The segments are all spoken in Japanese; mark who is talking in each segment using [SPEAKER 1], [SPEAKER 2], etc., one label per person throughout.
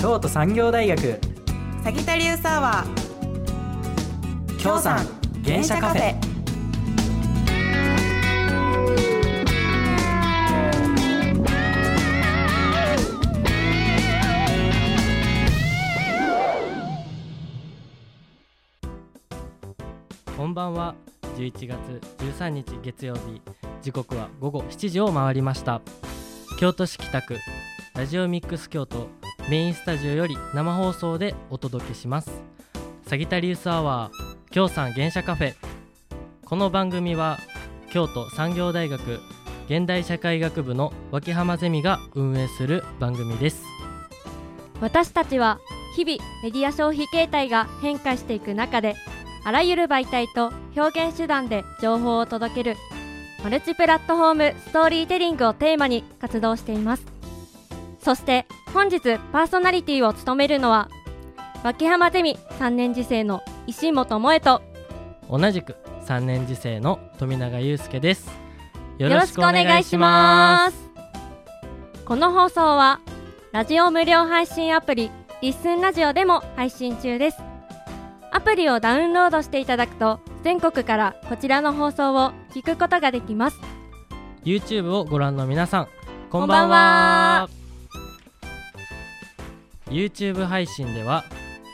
[SPEAKER 1] 京都産業大学
[SPEAKER 2] サギタリウスアワー
[SPEAKER 1] 京山原車カフェ
[SPEAKER 3] こんばんは11月13日月曜日時刻は午後7時を回りました京都市北区ラジオミックス京都メインスタジオより生放送でお届けしますサギタリウスアワー京産原社カフェこの番組は京都産業大学現代社会学部の脇浜ゼミが運営する番組です
[SPEAKER 4] 私たちは日々メディア消費形態が変化していく中であらゆる媒体と表現手段で情報を届けるマルチプラットフォームストーリーテリングをテーマに活動していますそして本日パーソナリティを務めるのは脇浜ゼミ3年次生の石本萌絵と
[SPEAKER 3] 同じく3年次生の富永祐介ですよ
[SPEAKER 4] よろしくお願いしますこの放送はラジオ無料配信アプリリッスンラジオでも配信中ですアプリをダウンロードしていただくと全国からこちらの放送を聞くことができます
[SPEAKER 3] YouTube をご覧の皆さんこん
[SPEAKER 4] ん
[SPEAKER 3] ば
[SPEAKER 4] ば
[SPEAKER 3] ん
[SPEAKER 4] ん
[SPEAKER 3] は
[SPEAKER 4] は
[SPEAKER 3] YouTube 配信では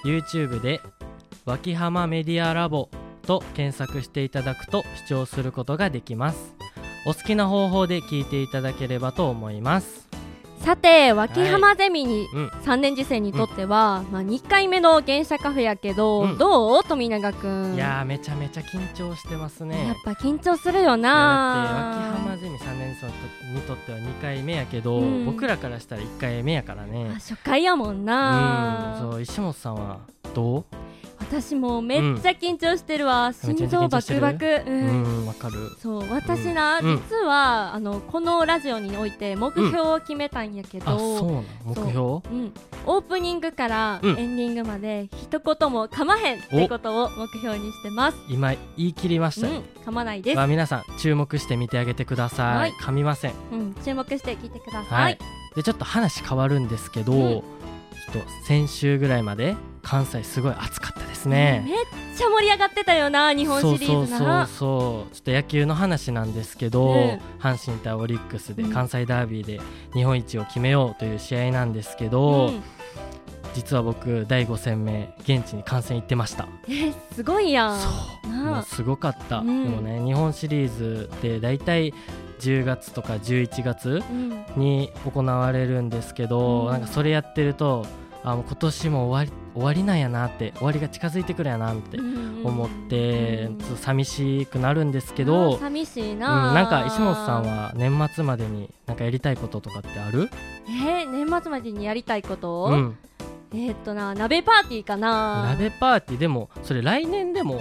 [SPEAKER 3] YouTube で「脇浜メディアラボ」と検索していただくと視聴することができますお好きな方法で聞いていただければと思います
[SPEAKER 4] さて脇浜ゼミに、
[SPEAKER 3] うん
[SPEAKER 4] 3年次生にとっては、まあ、2回目の原社カフェやけど、
[SPEAKER 3] うん
[SPEAKER 4] どう富永くん
[SPEAKER 3] いやーめちゃめちゃ緊張してますね
[SPEAKER 4] やっぱ緊張するよ
[SPEAKER 3] いや
[SPEAKER 4] な
[SPEAKER 3] だって秋浜ゼミ3年生にとっては2回目やけど、
[SPEAKER 4] うん
[SPEAKER 3] 僕らからしたら1回目やから
[SPEAKER 4] まあ
[SPEAKER 3] ね
[SPEAKER 4] 初回やもんな、
[SPEAKER 3] うんそう石本さんはどう
[SPEAKER 4] 私もうめっちゃ緊張してるわ、心臓バクバク、う
[SPEAKER 3] うんんわかる
[SPEAKER 4] そう私な、
[SPEAKER 3] うん
[SPEAKER 4] 実はあのこのラジオにおいて目標を決めたんやけ
[SPEAKER 3] あ
[SPEAKER 4] ど、
[SPEAKER 3] そううなん目標
[SPEAKER 4] ん、オープニングからエ
[SPEAKER 3] う
[SPEAKER 4] ン
[SPEAKER 3] ん
[SPEAKER 4] ディングまで一言も噛まへんってことを目標にしてます、
[SPEAKER 3] 今言い切りまし
[SPEAKER 4] うん
[SPEAKER 3] たよ、、
[SPEAKER 4] 噛まないです、
[SPEAKER 3] は皆さん注目して見てあげてください、
[SPEAKER 4] はい
[SPEAKER 3] 噛みません
[SPEAKER 4] うん、注目して聞いてください、
[SPEAKER 3] はい、でちょっと話変わるんですけど、
[SPEAKER 4] うん
[SPEAKER 3] ちょっと先週ぐらいまで関西すごい暑かったですね
[SPEAKER 4] めっちゃ盛り上がってたよな日本シリーズなら
[SPEAKER 3] そうそうそうそうちょっと野球の話なんですけど、
[SPEAKER 4] ね
[SPEAKER 3] 阪神対オリックスで
[SPEAKER 4] うん
[SPEAKER 3] 関西ダービーで日本一を決めようという試合なんですけど、
[SPEAKER 4] うん
[SPEAKER 3] 実は僕第5戦目現地に観戦行ってました
[SPEAKER 4] えすごいやん
[SPEAKER 3] そう
[SPEAKER 4] なあ
[SPEAKER 3] もうすごかった、
[SPEAKER 4] うん
[SPEAKER 3] でもね日本シリーズって大体10月とか11月
[SPEAKER 4] うん
[SPEAKER 3] に行われるんですけど、
[SPEAKER 4] うん
[SPEAKER 3] なんかそれやってるとあもう今年も終わり終わりなんやなって終わりが近づいてくるやなって思って、
[SPEAKER 4] うん
[SPEAKER 3] ちょっと寂しくなるんですけ
[SPEAKER 4] あー
[SPEAKER 3] ど、
[SPEAKER 4] 寂しい
[SPEAKER 3] うん、
[SPEAKER 4] な、
[SPEAKER 3] なんか石本さんは年末までになんかやりたいこととかってある
[SPEAKER 4] えー、年末までにやりたいこと、
[SPEAKER 3] うん、
[SPEAKER 4] えーっとな鍋パーティーかな
[SPEAKER 3] 鍋パーティーでもそれ来年でも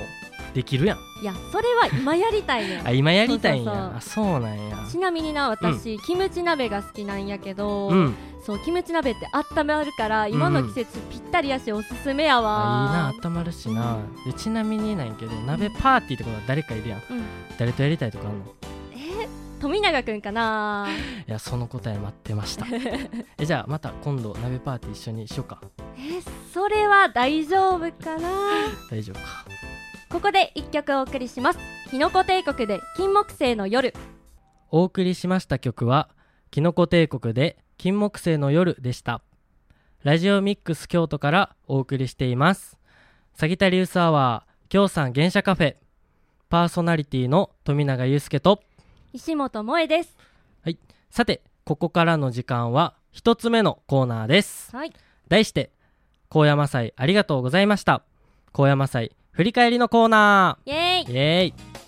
[SPEAKER 3] できるやん
[SPEAKER 4] いやそれは今やりたいね ん
[SPEAKER 3] あ今やりたいんや
[SPEAKER 4] そうそうそ
[SPEAKER 3] あそ
[SPEAKER 4] う
[SPEAKER 3] うなんや
[SPEAKER 4] ちなみにな私、キムチ鍋が好きなんやけど、
[SPEAKER 3] うん
[SPEAKER 4] そうキムチ鍋ってあったまるから今の季節ぴったりやしおすすめや
[SPEAKER 3] あ
[SPEAKER 4] わ
[SPEAKER 3] いいな温まるしな、でちなみになんやけど鍋パーティーってことは誰かいるやん
[SPEAKER 4] うん
[SPEAKER 3] 誰とやりたいとかあんのい
[SPEAKER 4] え富永くんかな
[SPEAKER 3] やその答え待ってましたえじゃあまた今度鍋パーティー一緒にしようか
[SPEAKER 4] えそれは大丈夫かな
[SPEAKER 3] 大丈夫か
[SPEAKER 4] ここで一曲お送りしますキノコ帝国で金木犀の夜
[SPEAKER 3] お送りしました曲は「キノコ帝国で金木犀の夜」でしたラジオミックス京都からお送りしていますサギタリウスアワー京さん原社カフェパーソナリティの富永祐介と
[SPEAKER 4] 石本萌です
[SPEAKER 3] さてここからの時間は一つ目のコーナーです
[SPEAKER 4] はい
[SPEAKER 3] 題して高山祭ありがとうございました高山祭振り返りのコーナ
[SPEAKER 4] イエーイ
[SPEAKER 3] ーイエーイ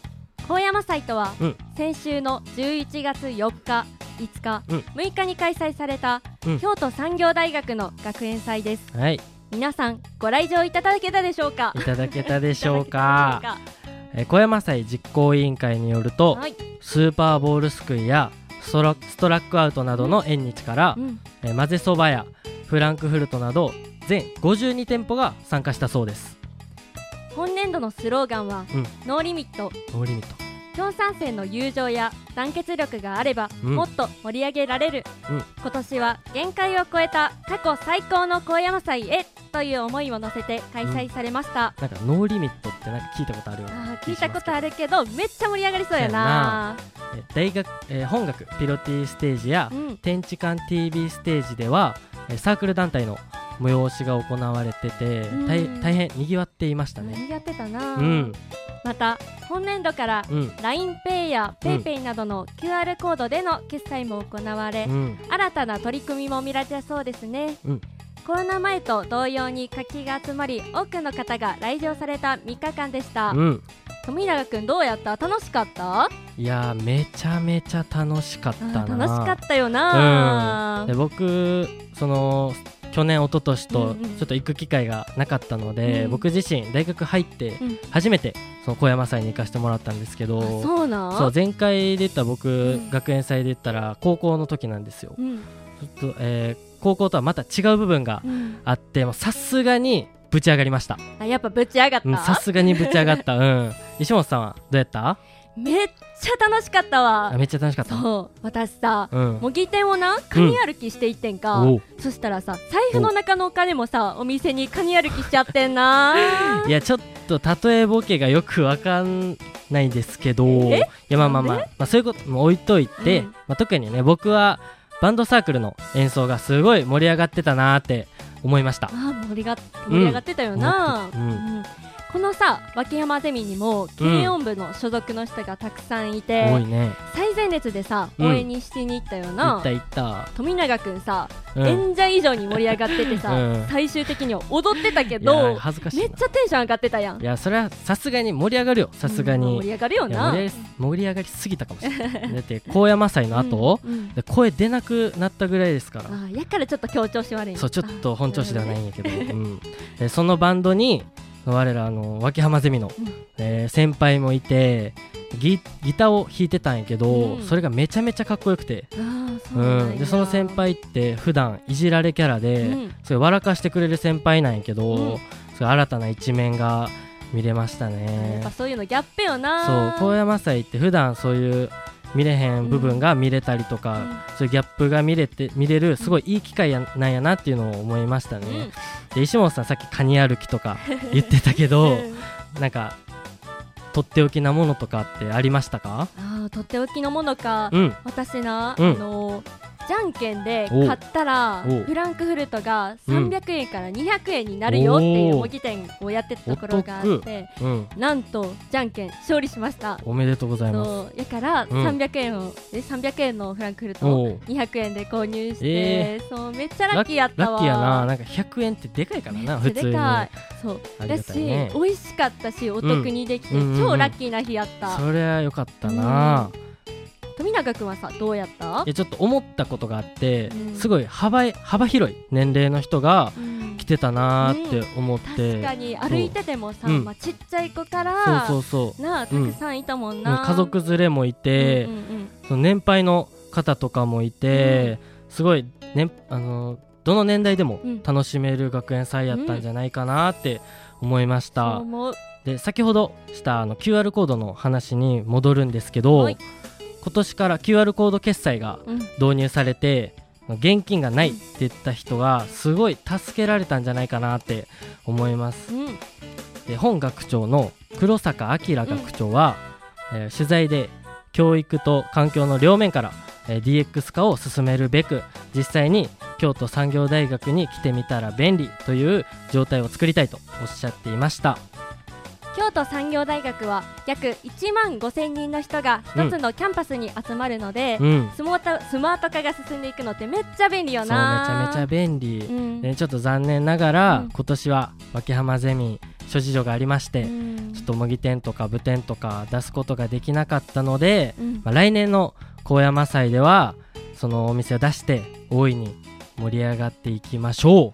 [SPEAKER 4] 高山祭とは、
[SPEAKER 3] うん
[SPEAKER 4] 先週の11月4日5日、
[SPEAKER 3] うん
[SPEAKER 4] 6日に開催された、
[SPEAKER 3] うん
[SPEAKER 4] 京都産業大学の学園祭です
[SPEAKER 3] はい
[SPEAKER 4] 皆さんご来場いただけたでしょうか
[SPEAKER 3] いただけたでしょう
[SPEAKER 4] い
[SPEAKER 3] か
[SPEAKER 4] ただけたでし
[SPEAKER 3] えー高山祭実行委員会によると、
[SPEAKER 4] ょうかはい、
[SPEAKER 3] スーパーボールすくいやストラストラックアウトなどの縁日から
[SPEAKER 4] う、ん、
[SPEAKER 3] えー混ぜそばやフランクフルトなど全52店舗が参加したそうです
[SPEAKER 4] 本年度のスローガンは、
[SPEAKER 3] うん
[SPEAKER 4] ノーリミット
[SPEAKER 3] ノーリミット
[SPEAKER 4] 共産生の友情や団結力があれば、
[SPEAKER 3] うん
[SPEAKER 4] もっと盛り上げられる、
[SPEAKER 3] うん
[SPEAKER 4] 今年は限界を超えた過去最高の高山祭へという思いを乗せて開催されました、
[SPEAKER 3] なんかノーリミットってなんか聞いたことあるような
[SPEAKER 4] あー
[SPEAKER 3] 気
[SPEAKER 4] 聞い
[SPEAKER 3] しますけ
[SPEAKER 4] た
[SPEAKER 3] ど
[SPEAKER 4] ことあるけどめっちゃ盛り上がりそうやな
[SPEAKER 3] え大学、えー本学ピロティステージや
[SPEAKER 4] うん
[SPEAKER 3] 天地間 TV ステージではえーサークル団体の催しが行われてて、
[SPEAKER 4] うん
[SPEAKER 3] 大大変にぎわっていましたね
[SPEAKER 4] 盛り上がってたな、
[SPEAKER 3] うん
[SPEAKER 4] また本年度から
[SPEAKER 3] うん
[SPEAKER 4] LINEPay や PayPay などの QR コードでの決済も行われ、
[SPEAKER 3] うん
[SPEAKER 4] 新たな取り組みも見られてそうですね、
[SPEAKER 3] うん
[SPEAKER 4] コロナ前と同様に活気が集まり多くの方が来場された3日間でした、
[SPEAKER 3] うん
[SPEAKER 4] 富永くんどうやった楽しかった
[SPEAKER 3] いやーめちゃめちゃ楽しかったな
[SPEAKER 4] 楽しかったよな
[SPEAKER 3] で僕その去年一昨年
[SPEAKER 4] うんう
[SPEAKER 3] と
[SPEAKER 4] ん
[SPEAKER 3] ちょっと行く機会がなかったので、
[SPEAKER 4] うん
[SPEAKER 3] 僕自身大学入って
[SPEAKER 4] ん
[SPEAKER 3] 初めてその小山祭に行かせてもらったんですけど、
[SPEAKER 4] あそうなん
[SPEAKER 3] そう前回出た僕、
[SPEAKER 4] うん
[SPEAKER 3] 学園祭で言ったら高校の時なんですよ、
[SPEAKER 4] うん
[SPEAKER 3] ちょっとえー高校とはまた違う部分が
[SPEAKER 4] うん
[SPEAKER 3] あってもうさすがにぶち上がりました
[SPEAKER 4] あやっぱぶち上がった、
[SPEAKER 3] うんさすがにぶち上がった うん石本さんはどうやった
[SPEAKER 4] めっちゃ楽しかった
[SPEAKER 3] あ
[SPEAKER 4] わ
[SPEAKER 3] めっちゃ楽しかった
[SPEAKER 4] そう私さ、
[SPEAKER 3] うん
[SPEAKER 4] 模擬店をなカニ歩きしていってんか、
[SPEAKER 3] おう
[SPEAKER 4] そしたらさ財布の中のお金もさお店にカニ歩きしちゃってんな
[SPEAKER 3] いやちょっと例えボケがよくわかんないですけどい
[SPEAKER 4] え
[SPEAKER 3] やまあまあまあ、まあ、そういうことも置いといて、
[SPEAKER 4] うん
[SPEAKER 3] まあ、特にね僕はバンドサークルの演奏がすごい盛り上がってたなーって思いました
[SPEAKER 4] あー盛りが盛り上がってたよな、
[SPEAKER 3] うん
[SPEAKER 4] うんこのさ脇山ゼミにも軽音部の所属の人がたくさんいて、
[SPEAKER 3] 多いね
[SPEAKER 4] 最前列でさ
[SPEAKER 3] うん
[SPEAKER 4] 応援にしに行ったよ
[SPEAKER 3] 行
[SPEAKER 4] な、
[SPEAKER 3] った行った、
[SPEAKER 4] 富永くんさ、
[SPEAKER 3] うん、
[SPEAKER 4] 演者以上に盛り上がっててさ、
[SPEAKER 3] うん
[SPEAKER 4] 最終的には踊ってたけ
[SPEAKER 3] いや
[SPEAKER 4] ど
[SPEAKER 3] 恥ずかしいな
[SPEAKER 4] めっちゃテンション上がってたやん
[SPEAKER 3] いやそれはさすがに盛り上がるよさすが
[SPEAKER 4] うん
[SPEAKER 3] に、
[SPEAKER 4] 盛
[SPEAKER 3] い
[SPEAKER 4] り上がるよ
[SPEAKER 3] や
[SPEAKER 4] な
[SPEAKER 3] 盛り上がり盛り上がりすぎたかもしれないだって高山祭の後、
[SPEAKER 4] うんうん
[SPEAKER 3] で声出なくなったぐらいですから
[SPEAKER 4] あーやからちょっと強調し悪いんや
[SPEAKER 3] そうちょっと本調子ではない
[SPEAKER 4] あ
[SPEAKER 3] んやけど、うん、でそのバンドに我らあの脇浜ゼミの、
[SPEAKER 4] うん
[SPEAKER 3] えー先輩もいてギギターを弾いてたんやけど、
[SPEAKER 4] うん
[SPEAKER 3] それがめちゃめちゃかっこよくて、
[SPEAKER 4] ーそう
[SPEAKER 3] う
[SPEAKER 4] なん
[SPEAKER 3] ん
[SPEAKER 4] や
[SPEAKER 3] でその先輩って普段いじられキャラで、
[SPEAKER 4] うん
[SPEAKER 3] それ笑かしてくれる先輩なんやけど、
[SPEAKER 4] うん
[SPEAKER 3] それ新たな一面が見れました
[SPEAKER 4] や
[SPEAKER 3] ね
[SPEAKER 4] っぱそういうのギャップよ
[SPEAKER 3] そう
[SPEAKER 4] な
[SPEAKER 3] 高山祭って普段そういう見れへん部分が見れたりとか、
[SPEAKER 4] うん
[SPEAKER 3] そういうギャップが見れて見れるすごいいい機会やなんやなっていうのを思いましたね、
[SPEAKER 4] うん
[SPEAKER 3] で石本さんさっきカニ歩きと か言ってたけど、
[SPEAKER 4] うん
[SPEAKER 3] なんかとっておきなものとかってありましたか
[SPEAKER 4] あーとっておきのものか、
[SPEAKER 3] うん
[SPEAKER 4] 私な、
[SPEAKER 3] うん
[SPEAKER 4] あのーじゃんけんで
[SPEAKER 3] おう
[SPEAKER 4] 買ったら
[SPEAKER 3] おう
[SPEAKER 4] フランクフルトが
[SPEAKER 3] うん
[SPEAKER 4] 300円から200円になるよってい
[SPEAKER 3] お
[SPEAKER 4] う
[SPEAKER 3] ー
[SPEAKER 4] 模擬店をやってたところがあ
[SPEAKER 3] お
[SPEAKER 4] って
[SPEAKER 3] うん
[SPEAKER 4] なんとじゃんけん勝利しました
[SPEAKER 3] おめでとうございます
[SPEAKER 4] そうやから
[SPEAKER 3] うん
[SPEAKER 4] 300円を、え300円のフランクフルトを
[SPEAKER 3] おう
[SPEAKER 4] 200円で購入して、
[SPEAKER 3] え
[SPEAKER 4] そうめっちゃラッキーやった
[SPEAKER 3] ラッ
[SPEAKER 4] わ
[SPEAKER 3] キーやななんか100円ってでかいからな
[SPEAKER 4] め
[SPEAKER 3] 普
[SPEAKER 4] っちゃ
[SPEAKER 3] 通
[SPEAKER 4] で
[SPEAKER 3] に
[SPEAKER 4] かいそう
[SPEAKER 3] あり
[SPEAKER 4] だ
[SPEAKER 3] がた
[SPEAKER 4] し、
[SPEAKER 3] いね
[SPEAKER 4] 美味しかったしお得にできて、
[SPEAKER 3] うんうんうんうん
[SPEAKER 4] 超ラッキーな日やった、
[SPEAKER 3] そりゃよかったな、
[SPEAKER 4] 富永君はさどうやった
[SPEAKER 3] いやちょっと思ったことがあって、
[SPEAKER 4] うん
[SPEAKER 3] すごい幅い幅広い年齢の人が
[SPEAKER 4] うん
[SPEAKER 3] 来てたなーって思って、
[SPEAKER 4] 確かに歩いててもさ、
[SPEAKER 3] うん
[SPEAKER 4] まあ、ちっちゃい子から
[SPEAKER 3] そうそうそう
[SPEAKER 4] なあたくさんいたもんな、
[SPEAKER 3] 家族連れもいて、
[SPEAKER 4] うんうん
[SPEAKER 3] その年配の方とかもいて、すごい、ね、あのどの年代でも
[SPEAKER 4] うん
[SPEAKER 3] 楽しめる学園祭やったんじゃないかなって思いまし
[SPEAKER 4] そう
[SPEAKER 3] た、
[SPEAKER 4] 思う
[SPEAKER 3] で先ほどしたあの QR コードの話に戻るんですけど、
[SPEAKER 4] はい
[SPEAKER 3] 今年から QR コード決済が
[SPEAKER 4] うん
[SPEAKER 3] 導入されて現金がないって言った人がすごい助けられたんじゃないかなって思います
[SPEAKER 4] うん
[SPEAKER 3] で本学長の黒坂明学長は、えー取材で教育と環境の両面から、えー DX 化を進めるべく実際に京都産業大学に来てみたら便利という状態を作りたいとおっしゃっていました
[SPEAKER 4] 京都産業大学は約1万5000人の人が一つのキャンパスに集まるので、
[SPEAKER 3] うん
[SPEAKER 4] スマートスマート化が進んでいくのってめっちゃ便利
[SPEAKER 3] そう
[SPEAKER 4] よ
[SPEAKER 3] めちゃ
[SPEAKER 4] な
[SPEAKER 3] めちゃ便利、
[SPEAKER 4] うん
[SPEAKER 3] でちょっと残念ながら、
[SPEAKER 4] うん
[SPEAKER 3] 今年は脇浜ゼミ諸事情がありまして、
[SPEAKER 4] うん
[SPEAKER 3] ちょっと模擬店とか部店とか出すことができなかったので、
[SPEAKER 4] うん
[SPEAKER 3] まあ、来年の高山祭ではそのお店を出して大いに盛り上がっていきましょ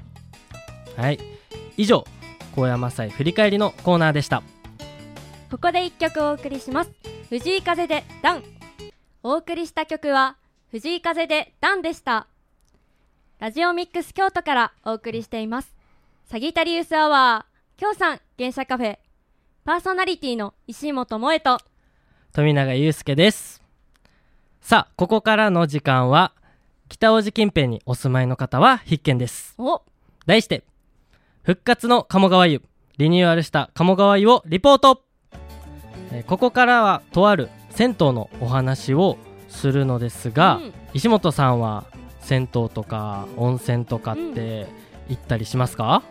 [SPEAKER 3] うはい以上高山祭振り返りのコーナーでした
[SPEAKER 4] ここで一曲お送りします藤井風でダンお送りした曲は藤井風でダンでしたラジオミックス京都からお送りしていますサギタリウスアワー京さん原社カフェパーソナリティの石本萌と
[SPEAKER 3] 富永祐介ですさあここからの時間は北大路近辺にお住まいの方は必見です
[SPEAKER 4] お
[SPEAKER 3] 題して復活の鴨川湯リニューアルした鴨川湯をリポート、えーここからはとある銭湯のお話をするのですが、
[SPEAKER 4] うん
[SPEAKER 3] 石本さんは銭湯とか温泉とかって行ったりしますか、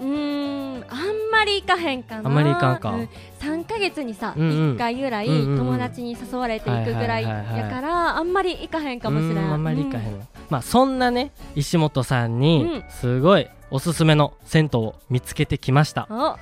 [SPEAKER 4] うーんあんまり行かへんかな
[SPEAKER 3] あんまり行かんか
[SPEAKER 4] う3か月にさ、
[SPEAKER 3] うんうん
[SPEAKER 4] 1回ぐらい
[SPEAKER 3] うんうんうん
[SPEAKER 4] 友達に誘われていくぐらい
[SPEAKER 3] はいはいはいはい
[SPEAKER 4] やからあんまり行かへんかもしれない
[SPEAKER 3] うんあんまり行かへん、まあそんなね石本さんに
[SPEAKER 4] うん
[SPEAKER 3] すごいおすすめの銭湯を見つけてきました、
[SPEAKER 4] うんお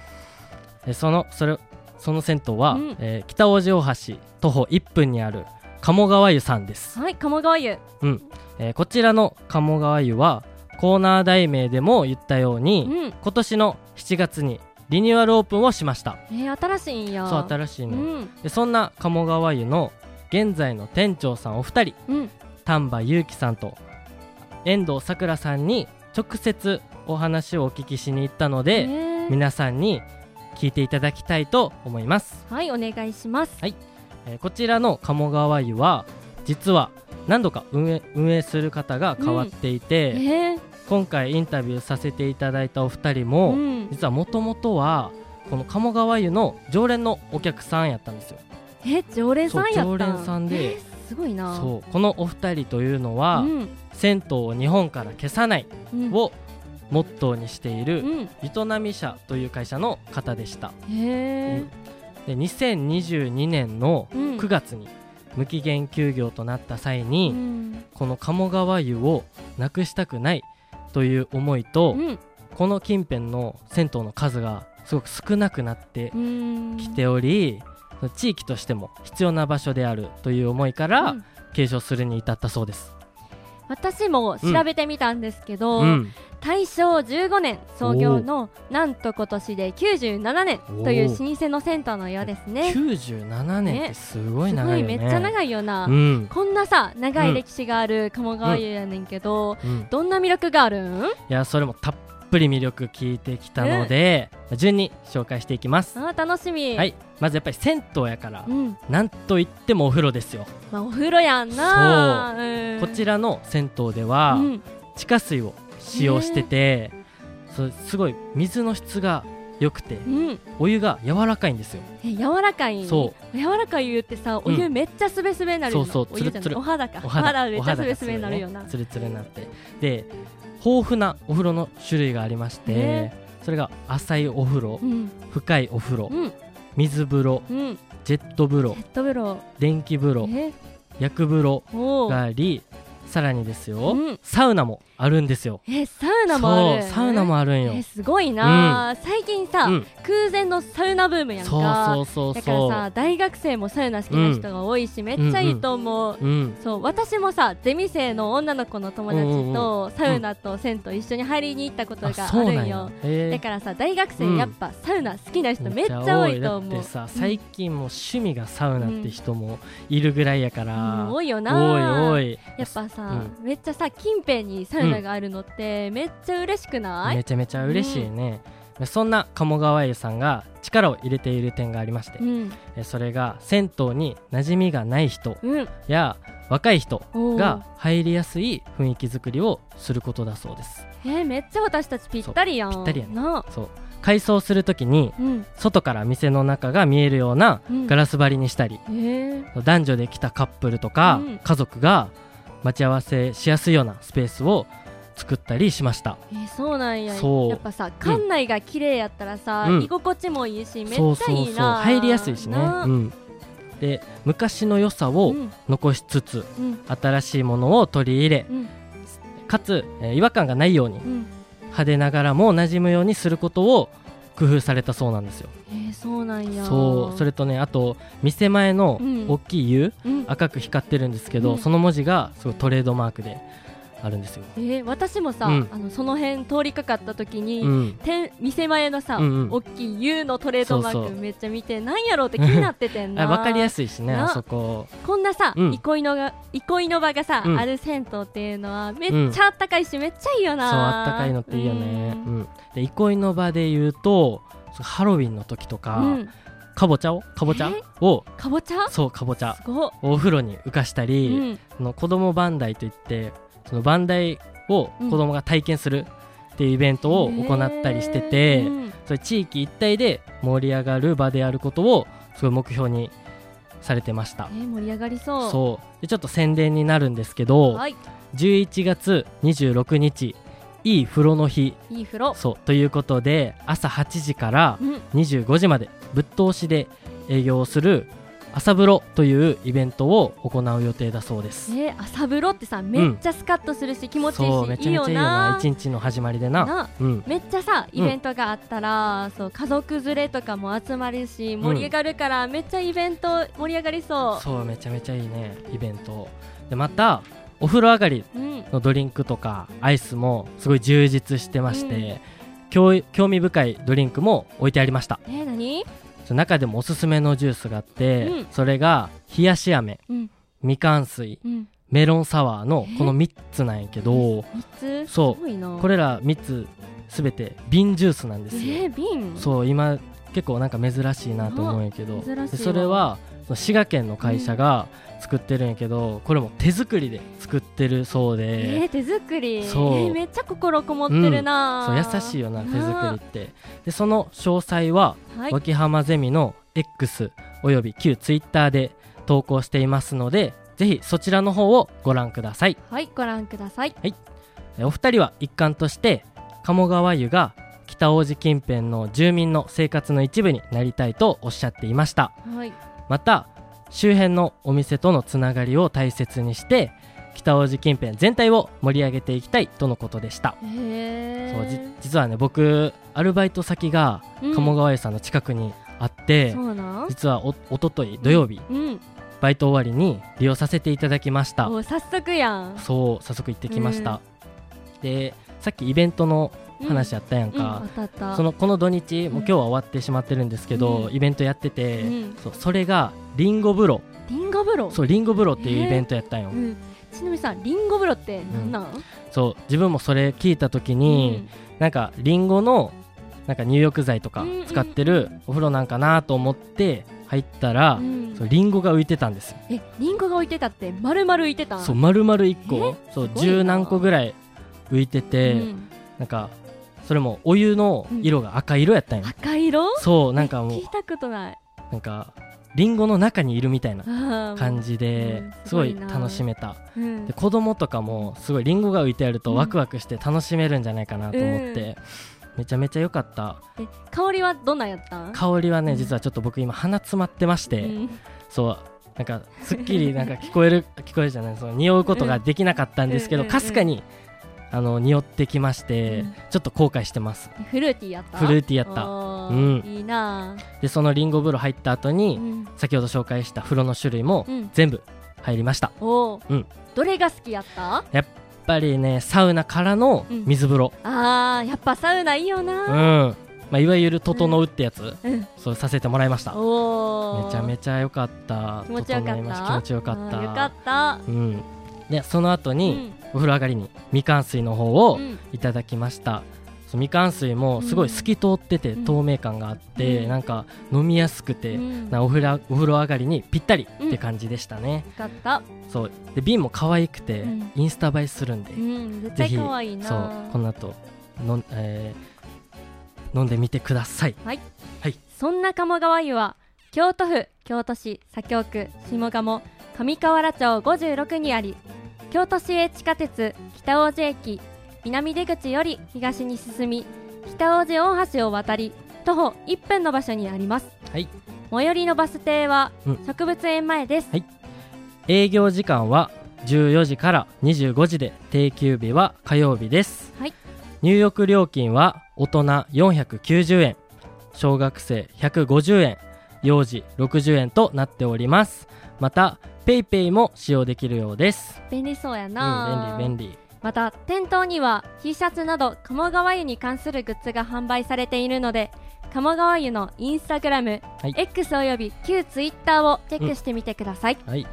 [SPEAKER 3] えそのそれその銭湯は、
[SPEAKER 4] うん
[SPEAKER 3] えー北大路大橋徒歩1分にある鴨川湯さんです、
[SPEAKER 4] はい鴨川湯
[SPEAKER 3] うんえーこちらの鴨川湯はコーナー題名でも言ったよう
[SPEAKER 4] う
[SPEAKER 3] に、
[SPEAKER 4] ん
[SPEAKER 3] 今年の7月にリニューアルオープンをしました
[SPEAKER 4] えー新しいんや
[SPEAKER 3] そう
[SPEAKER 4] し
[SPEAKER 3] 新しい
[SPEAKER 4] い
[SPEAKER 3] の、
[SPEAKER 4] うん
[SPEAKER 3] でそんな鴨川湯の現在の店長さんお二人
[SPEAKER 4] うん
[SPEAKER 3] 丹波祐樹さんと遠藤さくらさんに直接お話をお聞きしに行ったので、
[SPEAKER 4] えー
[SPEAKER 3] 皆さんに聞いていただきたいと思います、
[SPEAKER 4] はいお願いします
[SPEAKER 3] えーこちらの鴨川湯は実は何度か運営運営する方が変わっていて、
[SPEAKER 4] えー
[SPEAKER 3] 今回インタビューさせていただいたお二人
[SPEAKER 4] う
[SPEAKER 3] も、
[SPEAKER 4] ん
[SPEAKER 3] 実はもともとはこの鴨川湯の常連のお客さんやったんですよ
[SPEAKER 4] え常連さんやった
[SPEAKER 3] そう常連さんで
[SPEAKER 4] えーすごいなう
[SPEAKER 3] そうこのお二人というのは、
[SPEAKER 4] ん
[SPEAKER 3] 銭湯を日本から消さない
[SPEAKER 4] うん
[SPEAKER 3] をモットーにしていうる
[SPEAKER 4] ん
[SPEAKER 3] ゆなみ社という会社の方でした
[SPEAKER 4] へえ
[SPEAKER 3] で2022年の
[SPEAKER 4] うん
[SPEAKER 3] 9月に無期限休業となった際
[SPEAKER 4] う
[SPEAKER 3] に、
[SPEAKER 4] ん
[SPEAKER 3] この鴨川湯をなくしたくないという思いと、
[SPEAKER 4] うん
[SPEAKER 3] この近辺の銭湯の数がすごく少なくなって
[SPEAKER 4] うん
[SPEAKER 3] きており、その地域としても必要な場所であるという思いか
[SPEAKER 4] う
[SPEAKER 3] ら
[SPEAKER 4] ん
[SPEAKER 3] 継承するに至ったそうです。
[SPEAKER 4] 私も調べてみたんですけど、
[SPEAKER 3] うん
[SPEAKER 4] 大正15年創業のなんと今年で97年という老舗のセンターのようですね。す
[SPEAKER 3] 97年ってすご
[SPEAKER 4] ご
[SPEAKER 3] い長い
[SPEAKER 4] い
[SPEAKER 3] よね。
[SPEAKER 4] めっちゃ長いよな、
[SPEAKER 3] うん
[SPEAKER 4] こんなさ長い歴史がある鴨川湯やねんけど、
[SPEAKER 3] うん、
[SPEAKER 4] どんな魅力があるん
[SPEAKER 3] いやそれもたっぷり魅力聞いてきたので、順に紹介していきます。
[SPEAKER 4] あー楽しみ、
[SPEAKER 3] はい、まずやっぱり銭湯やから
[SPEAKER 4] う、ん
[SPEAKER 3] なんといってもお風呂ですよ。
[SPEAKER 4] まあ、お風呂やんなうん
[SPEAKER 3] こちらの銭湯では、
[SPEAKER 4] うん
[SPEAKER 3] 地下水を使用してて、そうすごい水の質が良くて、
[SPEAKER 4] うん
[SPEAKER 3] お湯が柔らかいんですよ。
[SPEAKER 4] え柔らかい
[SPEAKER 3] そ
[SPEAKER 4] 柔らかい湯ってさお湯めっちゃすべすべになるよな、
[SPEAKER 3] そうそう
[SPEAKER 4] お湯じゃ
[SPEAKER 3] つ
[SPEAKER 4] な
[SPEAKER 3] るつ
[SPEAKER 4] い
[SPEAKER 3] る
[SPEAKER 4] お肌か
[SPEAKER 3] お
[SPEAKER 4] お肌
[SPEAKER 3] 肌
[SPEAKER 4] めっちゃすべすべになるよな、
[SPEAKER 3] つるつるになってで豊富なお風呂の種類がありまして、
[SPEAKER 4] ね
[SPEAKER 3] それが浅いお風呂
[SPEAKER 4] うん
[SPEAKER 3] 深いお風呂
[SPEAKER 4] うん
[SPEAKER 3] 水風呂
[SPEAKER 4] うん
[SPEAKER 3] ジェット風呂
[SPEAKER 4] ペット風呂
[SPEAKER 3] 電気風呂
[SPEAKER 4] え
[SPEAKER 3] 薬風呂
[SPEAKER 4] おう
[SPEAKER 3] がありさらにですよ、
[SPEAKER 4] うん
[SPEAKER 3] サウナもあるんですよ
[SPEAKER 4] えサウナもある
[SPEAKER 3] そうサウナもあるんよ、
[SPEAKER 4] えすごいな、最近さ、
[SPEAKER 3] うん
[SPEAKER 4] 空前のサウナブームやんか
[SPEAKER 3] そうそうそう
[SPEAKER 4] だから
[SPEAKER 3] そ
[SPEAKER 4] さ大学生もサウナ好きな人が多いし、めっちゃいいと思う、
[SPEAKER 3] ううん
[SPEAKER 4] そう私もさゼミ生の女の子の友達とサウナと銭湯一緒に入りに行ったこと
[SPEAKER 3] あ
[SPEAKER 4] があ
[SPEAKER 3] そう
[SPEAKER 4] る
[SPEAKER 3] なん
[SPEAKER 4] ん
[SPEAKER 3] や
[SPEAKER 4] よ、
[SPEAKER 3] へえ
[SPEAKER 4] だからさ大学
[SPEAKER 3] う
[SPEAKER 4] 生
[SPEAKER 3] ん
[SPEAKER 4] やっぱサウナ好きな人めっちゃ多いと思う
[SPEAKER 3] めっちゃ多いだってさ最近もう趣味がサウナって人もいるぐらいやか
[SPEAKER 4] うん
[SPEAKER 3] ら、
[SPEAKER 4] 多いよな
[SPEAKER 3] 多い多い
[SPEAKER 4] やっぱさ、めっちゃさ近辺にサウナがあるのって、めっちゃ嬉しくない、
[SPEAKER 3] めちゃめちゃ嬉しいね、そんな鴨川湯さんが力を入れている点がありまして、
[SPEAKER 4] うん
[SPEAKER 3] えそれが銭湯に馴染みがない人
[SPEAKER 4] うん
[SPEAKER 3] や若い人
[SPEAKER 4] おー
[SPEAKER 3] が入りやすい雰囲気作りをすることだそうです
[SPEAKER 4] えー、めっちゃ私たちぴったりやん
[SPEAKER 3] そうぴったりやね
[SPEAKER 4] なあ
[SPEAKER 3] そう改装する時に
[SPEAKER 4] うん
[SPEAKER 3] 外から店の中が見えるような
[SPEAKER 4] うん
[SPEAKER 3] ガラス張りにしたり、
[SPEAKER 4] えー、
[SPEAKER 3] 男女で来たカップルとか、
[SPEAKER 4] うん
[SPEAKER 3] 家族が待ち合わせしやすいようなスペースを作ったりしました
[SPEAKER 4] えーそうなんや
[SPEAKER 3] そう
[SPEAKER 4] やっぱさ館内が綺麗やったらさ、
[SPEAKER 3] うん
[SPEAKER 4] 居心地もいいしめっち
[SPEAKER 3] そう
[SPEAKER 4] ゃ
[SPEAKER 3] そう
[SPEAKER 4] い
[SPEAKER 3] そ
[SPEAKER 4] いうな
[SPEAKER 3] 入りやすいしね、
[SPEAKER 4] なあ
[SPEAKER 3] うん、で昔の良さ
[SPEAKER 4] う
[SPEAKER 3] を
[SPEAKER 4] ん
[SPEAKER 3] 残しつつ
[SPEAKER 4] うん
[SPEAKER 3] 新しいものを取り入れ
[SPEAKER 4] うん
[SPEAKER 3] かつ、えー違和感がないように
[SPEAKER 4] うん
[SPEAKER 3] 派手ながらも馴染むようにすることを工夫されたそうなんですよ
[SPEAKER 4] えー、そうなんや
[SPEAKER 3] そうそ
[SPEAKER 4] れ
[SPEAKER 3] れとねあと店前の
[SPEAKER 4] うん
[SPEAKER 3] 大きい湯、
[SPEAKER 4] うん
[SPEAKER 3] 赤く光ってるんですけど、
[SPEAKER 4] うん
[SPEAKER 3] その文字がすごいトレードマークであるんですよ、
[SPEAKER 4] えー、私もさ、
[SPEAKER 3] うん
[SPEAKER 4] あのその辺通りかかった時に、
[SPEAKER 3] うん、
[SPEAKER 4] 店店前のさ、
[SPEAKER 3] うんうん
[SPEAKER 4] 大きい U のトレードマ
[SPEAKER 3] そう
[SPEAKER 4] ー
[SPEAKER 3] そう
[SPEAKER 4] クめっちゃ見てなんやろうって気になっててん
[SPEAKER 3] あ
[SPEAKER 4] な
[SPEAKER 3] 分かりやすいしね
[SPEAKER 4] な
[SPEAKER 3] あそこ
[SPEAKER 4] こんなさ、
[SPEAKER 3] うん
[SPEAKER 4] 憩いのが憩いの場がさ、
[SPEAKER 3] うん
[SPEAKER 4] ある銭湯っていうのはめっちゃあったかいし、めっちゃいいよ
[SPEAKER 3] そうあ
[SPEAKER 4] な
[SPEAKER 3] ったかいのっていいよね、うんで憩いの場で言うとそのハロウィンの時とか、
[SPEAKER 4] うんうん
[SPEAKER 3] かぼちゃをかぼちゃ
[SPEAKER 4] え
[SPEAKER 3] を
[SPEAKER 4] かぼちゃす
[SPEAKER 3] そうかぼちゃ
[SPEAKER 4] ごっ、
[SPEAKER 3] をお風呂に浮かした
[SPEAKER 4] う
[SPEAKER 3] り、
[SPEAKER 4] ん、
[SPEAKER 3] その子供番台といってその番台を子供が体験するっていうイベントを行ったりしてて、
[SPEAKER 4] へーうん
[SPEAKER 3] そういう地域一体で盛り上がる場であることをすごい目標にされてました
[SPEAKER 4] え。ー盛り上がりそう
[SPEAKER 3] そうでちょっと宣伝になるんですけど、
[SPEAKER 4] はい
[SPEAKER 3] 11月26日いい風呂の日
[SPEAKER 4] いい風呂
[SPEAKER 3] そうということで朝8時から
[SPEAKER 4] うん
[SPEAKER 3] 25時までぶっ通しで営業する朝風呂というイベントを行う予定だそうです
[SPEAKER 4] えー朝風呂ってさめっちゃスカッとするし、気持ちいい
[SPEAKER 3] そうめ
[SPEAKER 4] し
[SPEAKER 3] ちゃ
[SPEAKER 4] いい
[SPEAKER 3] めち
[SPEAKER 4] よ
[SPEAKER 3] ゃいいよ
[SPEAKER 4] な
[SPEAKER 3] な一日の始まりでな
[SPEAKER 4] な
[SPEAKER 3] うん
[SPEAKER 4] めっちゃさ
[SPEAKER 3] うん
[SPEAKER 4] イベントがあったら、そう家族連れとかも集まるし盛り上がるから、めっちゃイベント盛り上がりそう
[SPEAKER 3] そうめちゃめちゃいいねイベントでまたお風呂上がり
[SPEAKER 4] うん
[SPEAKER 3] のドリンクとかアイスもすごい充実してまして、
[SPEAKER 4] うん
[SPEAKER 3] 興い興味深いドリンクも置いてありました
[SPEAKER 4] えー、何
[SPEAKER 3] その中でもおすすめのジュースがあって、
[SPEAKER 4] うん
[SPEAKER 3] それが冷やし飴
[SPEAKER 4] うん
[SPEAKER 3] みかん水
[SPEAKER 4] うん
[SPEAKER 3] メロンサワーの
[SPEAKER 4] え
[SPEAKER 3] この3つなんやけど
[SPEAKER 4] 三つ
[SPEAKER 3] そう
[SPEAKER 4] すごいな
[SPEAKER 3] これら3つすべて瓶ジュースなんです
[SPEAKER 4] え
[SPEAKER 3] よ、
[SPEAKER 4] ー、瓶
[SPEAKER 3] そう今結構なんか珍しいなと思うんやけど
[SPEAKER 4] あ珍しいわ
[SPEAKER 3] でそれはその滋賀県の会社が作ってるんやけど、これも手作りで作ってるそうで、
[SPEAKER 4] えー、手作り
[SPEAKER 3] そう
[SPEAKER 4] えーめっちゃ心こもってるな、
[SPEAKER 3] そう優しいよな手作りってでその詳細は
[SPEAKER 4] りはい
[SPEAKER 3] 脇浜ゼミの X および旧 Twitter で投稿していますのでぜひそちらの方をご覧ください
[SPEAKER 4] はいご覧ください
[SPEAKER 3] えお二人は一環として鴨川湯が北大路近辺の住民の生活の一部になりたいとおっしゃっていました
[SPEAKER 4] はい
[SPEAKER 3] また周辺のお店とのつながりを大切にして北大路近辺全体を盛り上げていきたいとのことでした、
[SPEAKER 4] へえ
[SPEAKER 3] そうじ実はね僕アルバイト先が鴨川湯さんの近くにあって、
[SPEAKER 4] そうなん
[SPEAKER 3] 実はおおととい土曜日、
[SPEAKER 4] うん
[SPEAKER 3] バイト終わりに利用させていただきました
[SPEAKER 4] お早速やん
[SPEAKER 3] そう早速行ってきました、でさっきイベントの話
[SPEAKER 4] や
[SPEAKER 3] あったやん
[SPEAKER 4] うん、あ
[SPEAKER 3] か
[SPEAKER 4] っ、たあった
[SPEAKER 3] そのこの土日、もう今日は終わってしまってるんですけど、
[SPEAKER 4] うん
[SPEAKER 3] イベントやってて、
[SPEAKER 4] うん
[SPEAKER 3] そうそれがリンゴ風呂
[SPEAKER 4] リンゴ風呂
[SPEAKER 3] そうリンゴ風呂っていうイベントやったんよ、
[SPEAKER 4] うん、ちなみにさリンゴ風呂ってなんなん、
[SPEAKER 3] そう自分もそれ聞いた時
[SPEAKER 4] う
[SPEAKER 3] に、なんかリンゴのなんか入浴剤とか
[SPEAKER 4] うんうん
[SPEAKER 3] 使ってるお風呂なんかなと思って入ったら、
[SPEAKER 4] うん
[SPEAKER 3] そうリンゴが浮いてたんですよ
[SPEAKER 4] えリンゴが置いてたって丸々浮いてたん
[SPEAKER 3] そう丸々1個そう
[SPEAKER 4] すごいな
[SPEAKER 3] 十何個ぐらい浮いてて、
[SPEAKER 4] うん
[SPEAKER 3] なんかそれもお湯の色が赤色やったんよ、
[SPEAKER 4] 赤色
[SPEAKER 3] そうなんかも
[SPEAKER 4] 聞
[SPEAKER 3] う
[SPEAKER 4] いたことない
[SPEAKER 3] なんかリンゴの中にいるみたいな感
[SPEAKER 4] 感、
[SPEAKER 3] じで
[SPEAKER 4] うん
[SPEAKER 3] すご
[SPEAKER 4] す
[SPEAKER 3] い
[SPEAKER 4] ごいな
[SPEAKER 3] 楽しめた
[SPEAKER 4] うん
[SPEAKER 3] で子供とかもすごいリンゴが浮いてある
[SPEAKER 4] う
[SPEAKER 3] と
[SPEAKER 4] ん
[SPEAKER 3] ワクワクして楽しめるんじゃないかなと思ってめちゃめちゃ良かった
[SPEAKER 4] え香りはどんなんやったん
[SPEAKER 3] 香りは
[SPEAKER 4] う
[SPEAKER 3] ね
[SPEAKER 4] ん
[SPEAKER 3] 実はちょっと僕今鼻詰まってまし
[SPEAKER 4] う
[SPEAKER 3] て
[SPEAKER 4] ん
[SPEAKER 3] そうなんかすっき りなんか聞こえる聞こえるじゃないその匂うことができなかったんですけ
[SPEAKER 4] う
[SPEAKER 3] ど
[SPEAKER 4] んうんうん
[SPEAKER 3] かすかにあの匂ってきまして
[SPEAKER 4] うん
[SPEAKER 3] ちょっと後悔してます
[SPEAKER 4] えフルーティーやった
[SPEAKER 3] フルー
[SPEAKER 4] テ
[SPEAKER 3] ティーやった
[SPEAKER 4] た
[SPEAKER 3] うん
[SPEAKER 4] いいな
[SPEAKER 3] でそのリンゴ風呂入った後
[SPEAKER 4] ぁう
[SPEAKER 3] に
[SPEAKER 4] ん、
[SPEAKER 3] 先ほど紹介した風呂の種類も
[SPEAKER 4] うん、
[SPEAKER 3] 全部入りました
[SPEAKER 4] おー
[SPEAKER 3] うん
[SPEAKER 4] どれが好きやった
[SPEAKER 3] やっぱりねサウナからの水風呂
[SPEAKER 4] あーやっぱサウナいいよ
[SPEAKER 3] うん、
[SPEAKER 4] な
[SPEAKER 3] まあ、いわゆる「整う」ってやつ、
[SPEAKER 4] うん
[SPEAKER 3] そうさせてもらいましため
[SPEAKER 4] おお
[SPEAKER 3] ちゃめちゃ良かった
[SPEAKER 4] 気持ちよか
[SPEAKER 3] 整
[SPEAKER 4] っ
[SPEAKER 3] いました気持ちよかっ
[SPEAKER 4] あ
[SPEAKER 3] た
[SPEAKER 4] ーよかった
[SPEAKER 3] うんでその後
[SPEAKER 4] う
[SPEAKER 3] に、
[SPEAKER 4] ん
[SPEAKER 3] お風呂上がりにみかん水の方をいただきました、そうみかん水もすごい透き通ってて、
[SPEAKER 4] うん
[SPEAKER 3] 透明感があって、
[SPEAKER 4] うん
[SPEAKER 3] なんか飲みやすくて、
[SPEAKER 4] うん
[SPEAKER 3] なお風呂お風呂上がりにぴったりって感じでしたね、
[SPEAKER 4] よかった
[SPEAKER 3] そうで瓶も可愛くて、
[SPEAKER 4] うん
[SPEAKER 3] インスタ映えするんで、
[SPEAKER 4] うん絶
[SPEAKER 3] ぜ
[SPEAKER 4] 対
[SPEAKER 3] ひ
[SPEAKER 4] 可愛いな
[SPEAKER 3] そうこの後のん、えー飲んでみてください
[SPEAKER 4] そんな鴨川湯は京都府京都市左京区下鴨上河原町56にあり京都市営地下鉄北大路駅南出口より東に進み北大路大橋を渡り徒歩1分の場所にあります
[SPEAKER 3] はい
[SPEAKER 4] 最寄りのバス停は
[SPEAKER 3] うん
[SPEAKER 4] 植物園前です、
[SPEAKER 3] はい営業時間は14時から25時で定休日は火曜日です、
[SPEAKER 4] はい
[SPEAKER 3] 入浴料金は大人490円小学生150円幼児60円となっておりますまた PayPay も使用できるようです、
[SPEAKER 4] 便利そうや
[SPEAKER 3] う
[SPEAKER 4] な、
[SPEAKER 3] ん、便利便利
[SPEAKER 4] また店頭には T シャツなど鴨川湯に関するグッズが販売されているので鴨川湯のインスタグラム、
[SPEAKER 3] はい
[SPEAKER 4] X および旧ツイッターをチェックしてみてください、
[SPEAKER 3] はい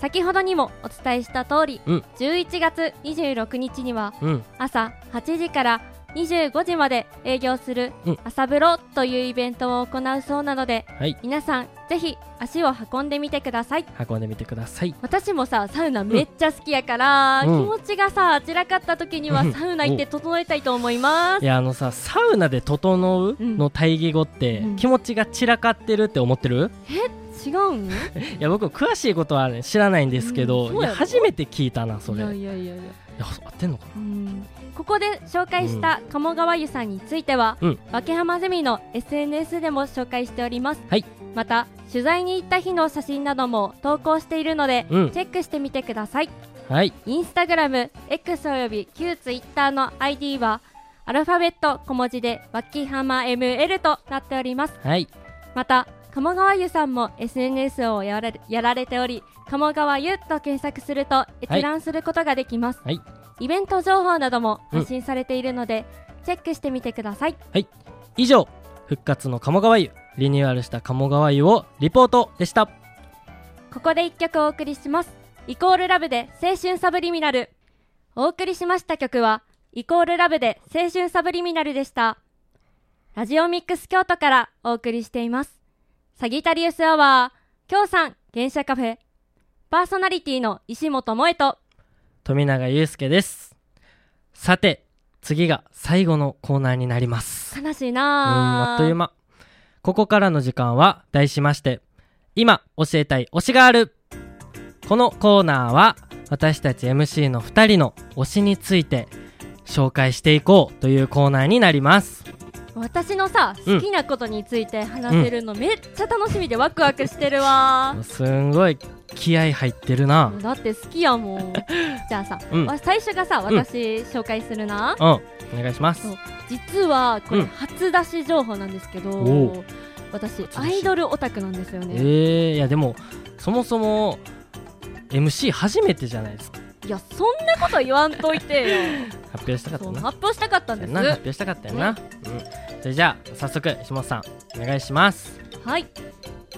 [SPEAKER 4] 先ほどにもお伝えした通り、
[SPEAKER 3] うん
[SPEAKER 4] 11月26日には
[SPEAKER 3] うん
[SPEAKER 4] 朝8時から25時まで営業する
[SPEAKER 3] うん
[SPEAKER 4] 朝風呂というイベントを行うそうなので、
[SPEAKER 3] はい
[SPEAKER 4] 皆さんぜひ足を運んでみてください
[SPEAKER 3] 運んでみてください
[SPEAKER 4] 私もさサウナめっちゃ好きやから、
[SPEAKER 3] うん
[SPEAKER 4] 気持ちがさ散らかった時には
[SPEAKER 3] うん
[SPEAKER 4] サウナ行って整えたいと思いま
[SPEAKER 3] い
[SPEAKER 4] す、
[SPEAKER 3] やあのさサウナで整うの対義語って、
[SPEAKER 4] うん
[SPEAKER 3] 気持ちが散らかってるって思ってる、
[SPEAKER 4] 違う
[SPEAKER 3] い
[SPEAKER 4] ん
[SPEAKER 3] や僕詳しいことは、ね、知らないんですけど、
[SPEAKER 4] うんそう
[SPEAKER 3] い
[SPEAKER 4] やろ
[SPEAKER 3] や初めて聞いたなそ
[SPEAKER 4] い
[SPEAKER 3] れい
[SPEAKER 4] や
[SPEAKER 3] や
[SPEAKER 4] いやいやいや
[SPEAKER 3] 合ってんのかな
[SPEAKER 4] うんここで紹介した鴨川湯さんについては、
[SPEAKER 3] うん
[SPEAKER 4] わけはまゼミの SNS でも紹介しております、
[SPEAKER 3] はい
[SPEAKER 4] また取材に行った日の写真なども投稿しているので、
[SPEAKER 3] うん
[SPEAKER 4] チェックしてみてください
[SPEAKER 3] はい
[SPEAKER 4] インスタグラム X および旧ツイッターの ID はアルファベット小文字でわきはま ML となっております
[SPEAKER 3] はい
[SPEAKER 4] また鴨川湯さんも SNS をやられやられており鴨川湯と検索すると閲覧することができます、
[SPEAKER 3] はい
[SPEAKER 4] イベント情報なども発信されているので、チェックしてみてください
[SPEAKER 3] 以上復活の鴨川湯リニューアルした鴨川湯をリポートでした
[SPEAKER 4] ここで一曲お送りしますイコールラブで青春サブリミナルお送りしました曲はイコールラブで青春サブリミナルでしたラジオミックス京都からお送りしていますサギタリウスアワー京さん原社カフェパーソナリティの石本萌と
[SPEAKER 3] 富永祐介ですさて次が最後のコーナーになります
[SPEAKER 4] 悲しい
[SPEAKER 3] うん
[SPEAKER 4] な
[SPEAKER 3] あっという間ここからの時間は題しまして今教えたい推しがあるこのコーナーは私たち MC の2人の推しについて紹介していこうというコーナーになります
[SPEAKER 4] 私のさ
[SPEAKER 3] うん
[SPEAKER 4] 好きなことについて話せるのめっちゃ楽しみでワクワクしてるわ
[SPEAKER 3] すんごい気合入ってるな
[SPEAKER 4] だって好きや もんじゃあさ、
[SPEAKER 3] うん
[SPEAKER 4] わ最初がさ私紹介するな、
[SPEAKER 3] うんお願いします
[SPEAKER 4] そう実はこ
[SPEAKER 3] う
[SPEAKER 4] れ
[SPEAKER 3] ん
[SPEAKER 4] 初出し情報なんですけど、
[SPEAKER 3] おう
[SPEAKER 4] 私
[SPEAKER 3] し
[SPEAKER 4] アイドルオタクなんですよね、
[SPEAKER 3] えー、いやでもそもそも MC 初めてじゃないですか
[SPEAKER 4] いやそんなこと言わんといて よ
[SPEAKER 3] 発表したかっ
[SPEAKER 4] そ
[SPEAKER 3] た
[SPEAKER 4] う
[SPEAKER 3] な
[SPEAKER 4] 発表したかったんです
[SPEAKER 3] な発表したかったよな、うん、それじゃあ早速石本さんお願いします
[SPEAKER 4] はい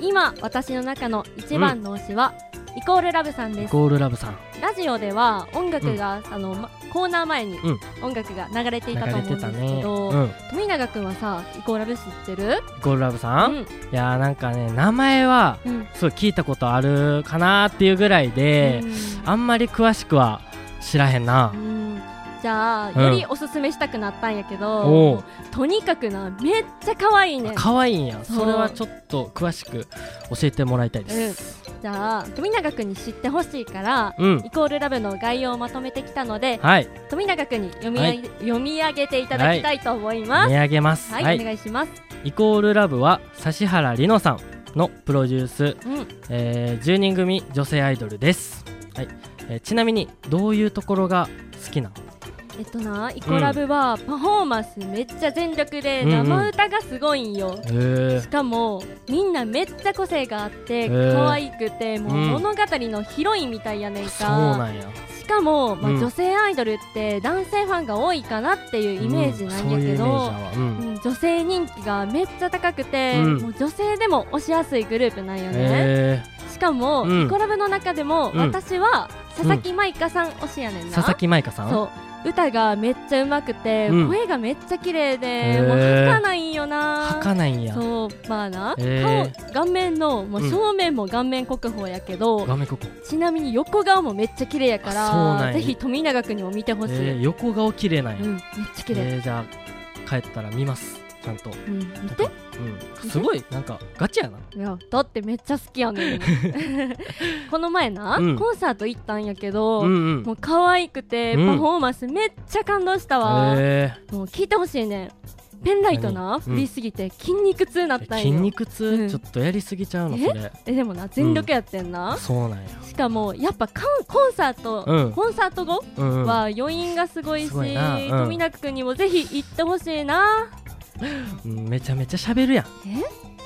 [SPEAKER 4] 今私の中の一番の推しは、イコールラブさんです
[SPEAKER 3] ゴールラブさん
[SPEAKER 4] ラジオでは音楽が、あのまコーナー前に
[SPEAKER 3] うん
[SPEAKER 4] 音楽が流れてい
[SPEAKER 3] 流
[SPEAKER 4] たと思う
[SPEAKER 3] れ
[SPEAKER 4] ん
[SPEAKER 3] て
[SPEAKER 4] で
[SPEAKER 3] た
[SPEAKER 4] すけ
[SPEAKER 3] ね、
[SPEAKER 4] ど、
[SPEAKER 3] うん、
[SPEAKER 4] 富永君はさイコールラブ知ってる
[SPEAKER 3] ゴールラブさん、いやーなんかね名前は
[SPEAKER 4] うんうん
[SPEAKER 3] すごい聞いたことあるかなーっていうぐらいで、あんまり詳しくは知らへんな
[SPEAKER 4] う、んじゃあ
[SPEAKER 3] うん
[SPEAKER 4] よりおすすめしたくなったんやけど、
[SPEAKER 3] おう
[SPEAKER 4] とにかくなめっちゃ可愛いね
[SPEAKER 3] あ可愛いんや
[SPEAKER 4] そう
[SPEAKER 3] それはちょっと詳しく教えてもらいたいです
[SPEAKER 4] じゃあ富永くんに知ってほしいから、
[SPEAKER 3] うん、
[SPEAKER 4] イコールラブの概要をまとめてきたので
[SPEAKER 3] はい
[SPEAKER 4] 富永くんに読み,、
[SPEAKER 3] はい
[SPEAKER 4] 読み上げていただきたいと思います
[SPEAKER 3] 見上げます
[SPEAKER 4] はい、お願いします
[SPEAKER 3] イコールラブは指原莉乃さんのプロデュース、
[SPEAKER 4] うん
[SPEAKER 3] えー10人組女性アイドルです、はいえーちなみにどういうところが好きなの
[SPEAKER 4] えっとなイコラブはパフォーマンスめっちゃ全力で
[SPEAKER 3] うんうん
[SPEAKER 4] 生歌がすごいんよ、
[SPEAKER 3] へ
[SPEAKER 4] しかもみんなめっちゃ個性があって
[SPEAKER 3] へー
[SPEAKER 4] 可愛くてもう
[SPEAKER 3] うん
[SPEAKER 4] 物語のヒロインみたいやねんか、
[SPEAKER 3] そうなんや
[SPEAKER 4] しかも、まあ
[SPEAKER 3] うん
[SPEAKER 4] 女性アイドルって男性ファンが多いかなっていうイメージなん
[SPEAKER 3] うんそういうイメ
[SPEAKER 4] やけ
[SPEAKER 3] ージや
[SPEAKER 4] ど、
[SPEAKER 3] わう
[SPEAKER 4] うん
[SPEAKER 3] ん
[SPEAKER 4] 女性人気がめっちゃ高くて、
[SPEAKER 3] うん
[SPEAKER 4] もう女性でも推しやすいグループなんよね、
[SPEAKER 3] へ
[SPEAKER 4] しかも、
[SPEAKER 3] うん
[SPEAKER 4] イコラブの中でも、
[SPEAKER 3] うん
[SPEAKER 4] 私は佐々木舞香さん推しやねん
[SPEAKER 3] ー
[SPEAKER 4] な
[SPEAKER 3] 佐々木舞香さん
[SPEAKER 4] そう歌がめっちゃ上手くて、
[SPEAKER 3] うん
[SPEAKER 4] 声がめっちゃ綺麗で、
[SPEAKER 3] へー
[SPEAKER 4] もうはかないんよな
[SPEAKER 3] はかないんや
[SPEAKER 4] そうまあな、
[SPEAKER 3] へー
[SPEAKER 4] 顔顔面のも
[SPEAKER 3] う
[SPEAKER 4] うん正面も顔面国宝やけど、
[SPEAKER 3] 画面ここ、
[SPEAKER 4] ちなみに横顔もめっちゃ綺麗やか
[SPEAKER 3] あそうなん
[SPEAKER 4] ら
[SPEAKER 3] や
[SPEAKER 4] ぜひ富永君にも見て
[SPEAKER 3] え
[SPEAKER 4] ほしい、
[SPEAKER 3] ー、横顔綺麗なんや、
[SPEAKER 4] うんめっちゃ綺麗、
[SPEAKER 3] えーじゃあ帰ったら見ますちゃんと
[SPEAKER 4] うん、見て
[SPEAKER 3] うん、すごいなんかガチやない
[SPEAKER 4] やだってめっちゃ好き やねんこの前な、
[SPEAKER 3] うん
[SPEAKER 4] コンサート行ったんやけど、
[SPEAKER 3] うんうん
[SPEAKER 4] もう可愛くて、
[SPEAKER 3] うん
[SPEAKER 4] パフォーマンスめっちゃ感動したわ、
[SPEAKER 3] へ
[SPEAKER 4] もう聞いてほしいねペンライトな
[SPEAKER 3] 何
[SPEAKER 4] 振りすぎて筋肉痛なっ
[SPEAKER 3] ー
[SPEAKER 4] たんよ
[SPEAKER 3] 筋肉痛、
[SPEAKER 4] うん
[SPEAKER 3] ちょっとやりすぎちゃうの
[SPEAKER 4] え
[SPEAKER 3] それ
[SPEAKER 4] えでもな全力やってんな、
[SPEAKER 3] そうなんや
[SPEAKER 4] しかもやっぱカンコンサート、
[SPEAKER 3] うん
[SPEAKER 4] コンサート後
[SPEAKER 3] うんうん
[SPEAKER 4] は余韻がすごいし、
[SPEAKER 3] すごいなうん
[SPEAKER 4] 富永君にもぜひ行ってほしいな
[SPEAKER 3] うんめちゃめちゃ喋るやん
[SPEAKER 4] だ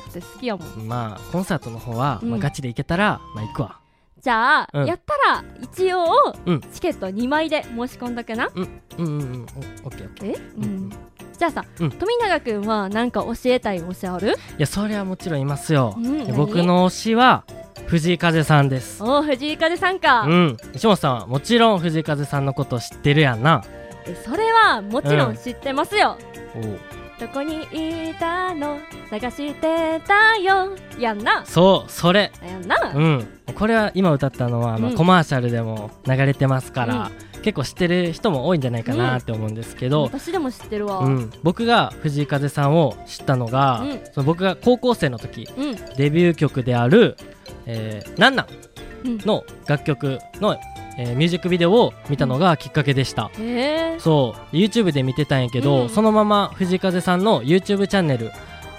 [SPEAKER 4] って好きやもん
[SPEAKER 3] まあコンサートの方は、
[SPEAKER 4] うん
[SPEAKER 3] まあ、ガチで行けたらまあ行くわ
[SPEAKER 4] じゃあ、
[SPEAKER 3] うん
[SPEAKER 4] やったら一応、
[SPEAKER 3] うん
[SPEAKER 4] チケット2枚で申し込んだかな
[SPEAKER 3] うんうんうんおオッケーオッケー
[SPEAKER 4] え、うん
[SPEAKER 3] うん
[SPEAKER 4] じゃあさ、
[SPEAKER 3] うん
[SPEAKER 4] 富永君は何か教えたいおしあ
[SPEAKER 3] い
[SPEAKER 4] る
[SPEAKER 3] やそれはもちろんいますよ、
[SPEAKER 4] うん
[SPEAKER 3] で僕の推しは藤井風さんです
[SPEAKER 4] おお藤井風さんか、
[SPEAKER 3] うん石本さんはもちろん藤井風さんのこと知ってるやんな
[SPEAKER 4] えそれはもちろ
[SPEAKER 3] うん
[SPEAKER 4] ん知ってますよ、
[SPEAKER 3] おう
[SPEAKER 4] どこにいたの探してたよやんな
[SPEAKER 3] そうそれ
[SPEAKER 4] やんな、
[SPEAKER 3] うんこれは今歌ったのは、まあ
[SPEAKER 4] うん
[SPEAKER 3] コマーシャルでも流れてますから、結構知ってる人も多いんじゃないかなって思うんですけど、
[SPEAKER 4] 私でも知ってるわ
[SPEAKER 3] うん僕が藤井風さんを知ったのが、
[SPEAKER 4] うん
[SPEAKER 3] その僕が高校生の時
[SPEAKER 4] うん
[SPEAKER 3] デビュー曲である「えー、なんなん
[SPEAKER 4] うん」
[SPEAKER 3] の楽曲の、えーミュージックビデオを見たのがきっかけでした、
[SPEAKER 4] へえ
[SPEAKER 3] そう YouTube で見てたんやけど、
[SPEAKER 4] うん
[SPEAKER 3] そのまま藤井風さんの YouTube チャンネル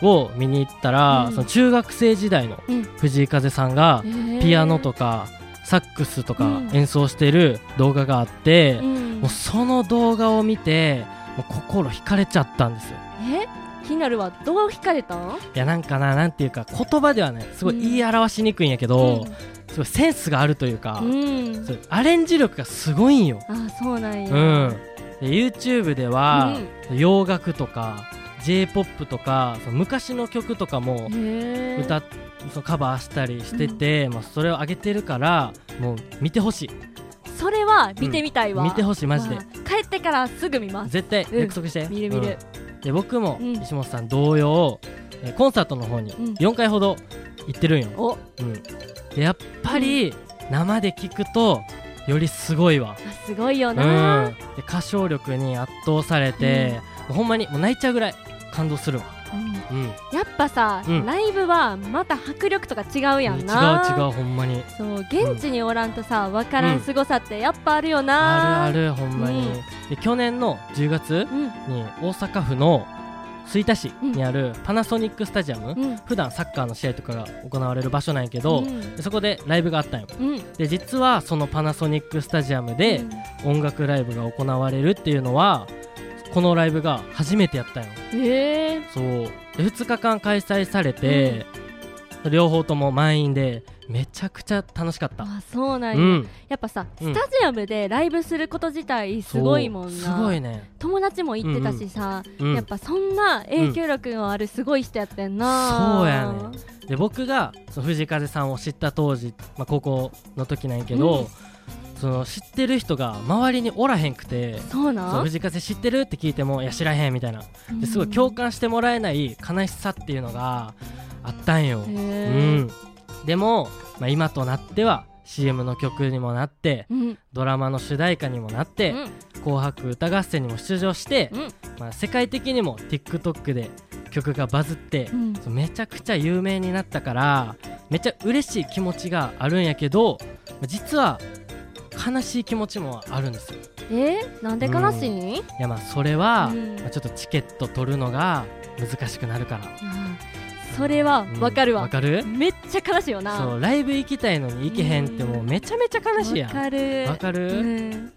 [SPEAKER 3] を見に行ったら、
[SPEAKER 4] うん
[SPEAKER 3] その中学生時代の
[SPEAKER 4] うん
[SPEAKER 3] 藤井風さんがピアノと
[SPEAKER 4] か、
[SPEAKER 3] かサックスと
[SPEAKER 4] う
[SPEAKER 3] か
[SPEAKER 4] ん
[SPEAKER 3] 演奏してる動画があって、
[SPEAKER 4] うん
[SPEAKER 3] もうその動画を見てもう心惹かれちゃったんですよ
[SPEAKER 4] え気になるわどう惹かれたん
[SPEAKER 3] いやなんかななんていうか言葉ではねすごい言い表しにくいんやけど、すごいセンスがあるというか、
[SPEAKER 4] うん、うん
[SPEAKER 3] そうアレンジ力がすごいんよ
[SPEAKER 4] あそうなんや、
[SPEAKER 3] うん、で YouTube では、洋楽とか j p o p とかその昔の曲とかも
[SPEAKER 4] へえ
[SPEAKER 3] 歌っそのカバーしたりしてて、まあ、それを上げてるからもう見てほしい
[SPEAKER 4] それは見てみたいわ、
[SPEAKER 3] 見てほしいマジで
[SPEAKER 4] わあ帰ってからすぐ見ます
[SPEAKER 3] 絶対
[SPEAKER 4] うん
[SPEAKER 3] 約束して、
[SPEAKER 4] 見る見る
[SPEAKER 3] うんで僕も
[SPEAKER 4] うん
[SPEAKER 3] 石本さん同様、えーコンサートの方に
[SPEAKER 4] うん
[SPEAKER 3] 4回ほど行ってるんよ、
[SPEAKER 4] おあ
[SPEAKER 3] うんでやっぱり生で聞くとよりすごいわ
[SPEAKER 4] すごいよ
[SPEAKER 3] う
[SPEAKER 4] な、
[SPEAKER 3] ん、で歌唱力に圧倒されて、もうほんまにもう泣いちゃうぐらい感動するわ、
[SPEAKER 4] うん
[SPEAKER 3] うん、
[SPEAKER 4] やっぱさ、
[SPEAKER 3] うん
[SPEAKER 4] ライブはまた迫力とか違うやんな
[SPEAKER 3] 違う違うほんまに
[SPEAKER 4] そう現地におらんとさ分からんすごさってやっぱあるよな、
[SPEAKER 3] あるあるほんまに、
[SPEAKER 4] うん
[SPEAKER 3] で去年の10月
[SPEAKER 4] う
[SPEAKER 3] に大阪府の吹田市にあるパナソニックスタジアム、
[SPEAKER 4] んうん
[SPEAKER 3] 普段サッカーの試合とかが行われる場所なんやけど、
[SPEAKER 4] うん
[SPEAKER 3] でそこでライブがあったんよ
[SPEAKER 4] うん
[SPEAKER 3] で実はそのパナソニックスタジアム
[SPEAKER 4] う
[SPEAKER 3] で
[SPEAKER 4] ん
[SPEAKER 3] 音楽ライブが行われるっていうのはこのライブが初めてやったんよ
[SPEAKER 4] へえ
[SPEAKER 3] そうで2日間開催されて、両方とも満員でめちゃくちゃ楽しかった、
[SPEAKER 4] あそうなん
[SPEAKER 3] う
[SPEAKER 4] や、
[SPEAKER 3] ん
[SPEAKER 4] やっぱさ
[SPEAKER 3] う
[SPEAKER 4] ス
[SPEAKER 3] ん
[SPEAKER 4] タジアムでライブすること自体すごいもんな
[SPEAKER 3] そうすごいね、
[SPEAKER 4] 友達も行ってたしさ、
[SPEAKER 3] うん、
[SPEAKER 4] やっぱそんな影響力のあるすごい人やってんな、
[SPEAKER 3] そうやねで僕がその藤井風さんを知った当時、まあ、高校の時なんやけど、その知ってる人が周りにおらへんくて
[SPEAKER 4] そう
[SPEAKER 3] そ
[SPEAKER 4] な
[SPEAKER 3] うん藤井風知ってるって聞いてもいや知らへんみたいなですごい共感してもらえない悲しさっていうのがあったんよ、
[SPEAKER 4] へ
[SPEAKER 3] う
[SPEAKER 4] え
[SPEAKER 3] ん、でも、まあ、今となっては CM の曲にもなって
[SPEAKER 4] うんうん
[SPEAKER 3] ドラマの主題歌にもなって「紅白歌合戦」にも出場して、
[SPEAKER 4] うん
[SPEAKER 3] まあ、世界的にも TikTok で曲がバズって
[SPEAKER 4] う、ん
[SPEAKER 3] そうめちゃくちゃ有名になったからめっちゃ嬉しい気持ちがあるんやけど実は悲しい気持ちもあるんですよ
[SPEAKER 4] えーなんで悲しい、ん、
[SPEAKER 3] いやまあそれは、
[SPEAKER 4] うん
[SPEAKER 3] まあちょっとチケット取るのが難しくなるから
[SPEAKER 4] あーそれはわかる
[SPEAKER 3] うん
[SPEAKER 4] わ、
[SPEAKER 3] かる
[SPEAKER 4] めっちゃ悲しいよな
[SPEAKER 3] そうライブ行きたいのに行けへんってもうめちゃめちゃ悲しいや
[SPEAKER 4] わ
[SPEAKER 3] ん
[SPEAKER 4] かる
[SPEAKER 3] わかる
[SPEAKER 4] うん、
[SPEAKER 3] 分か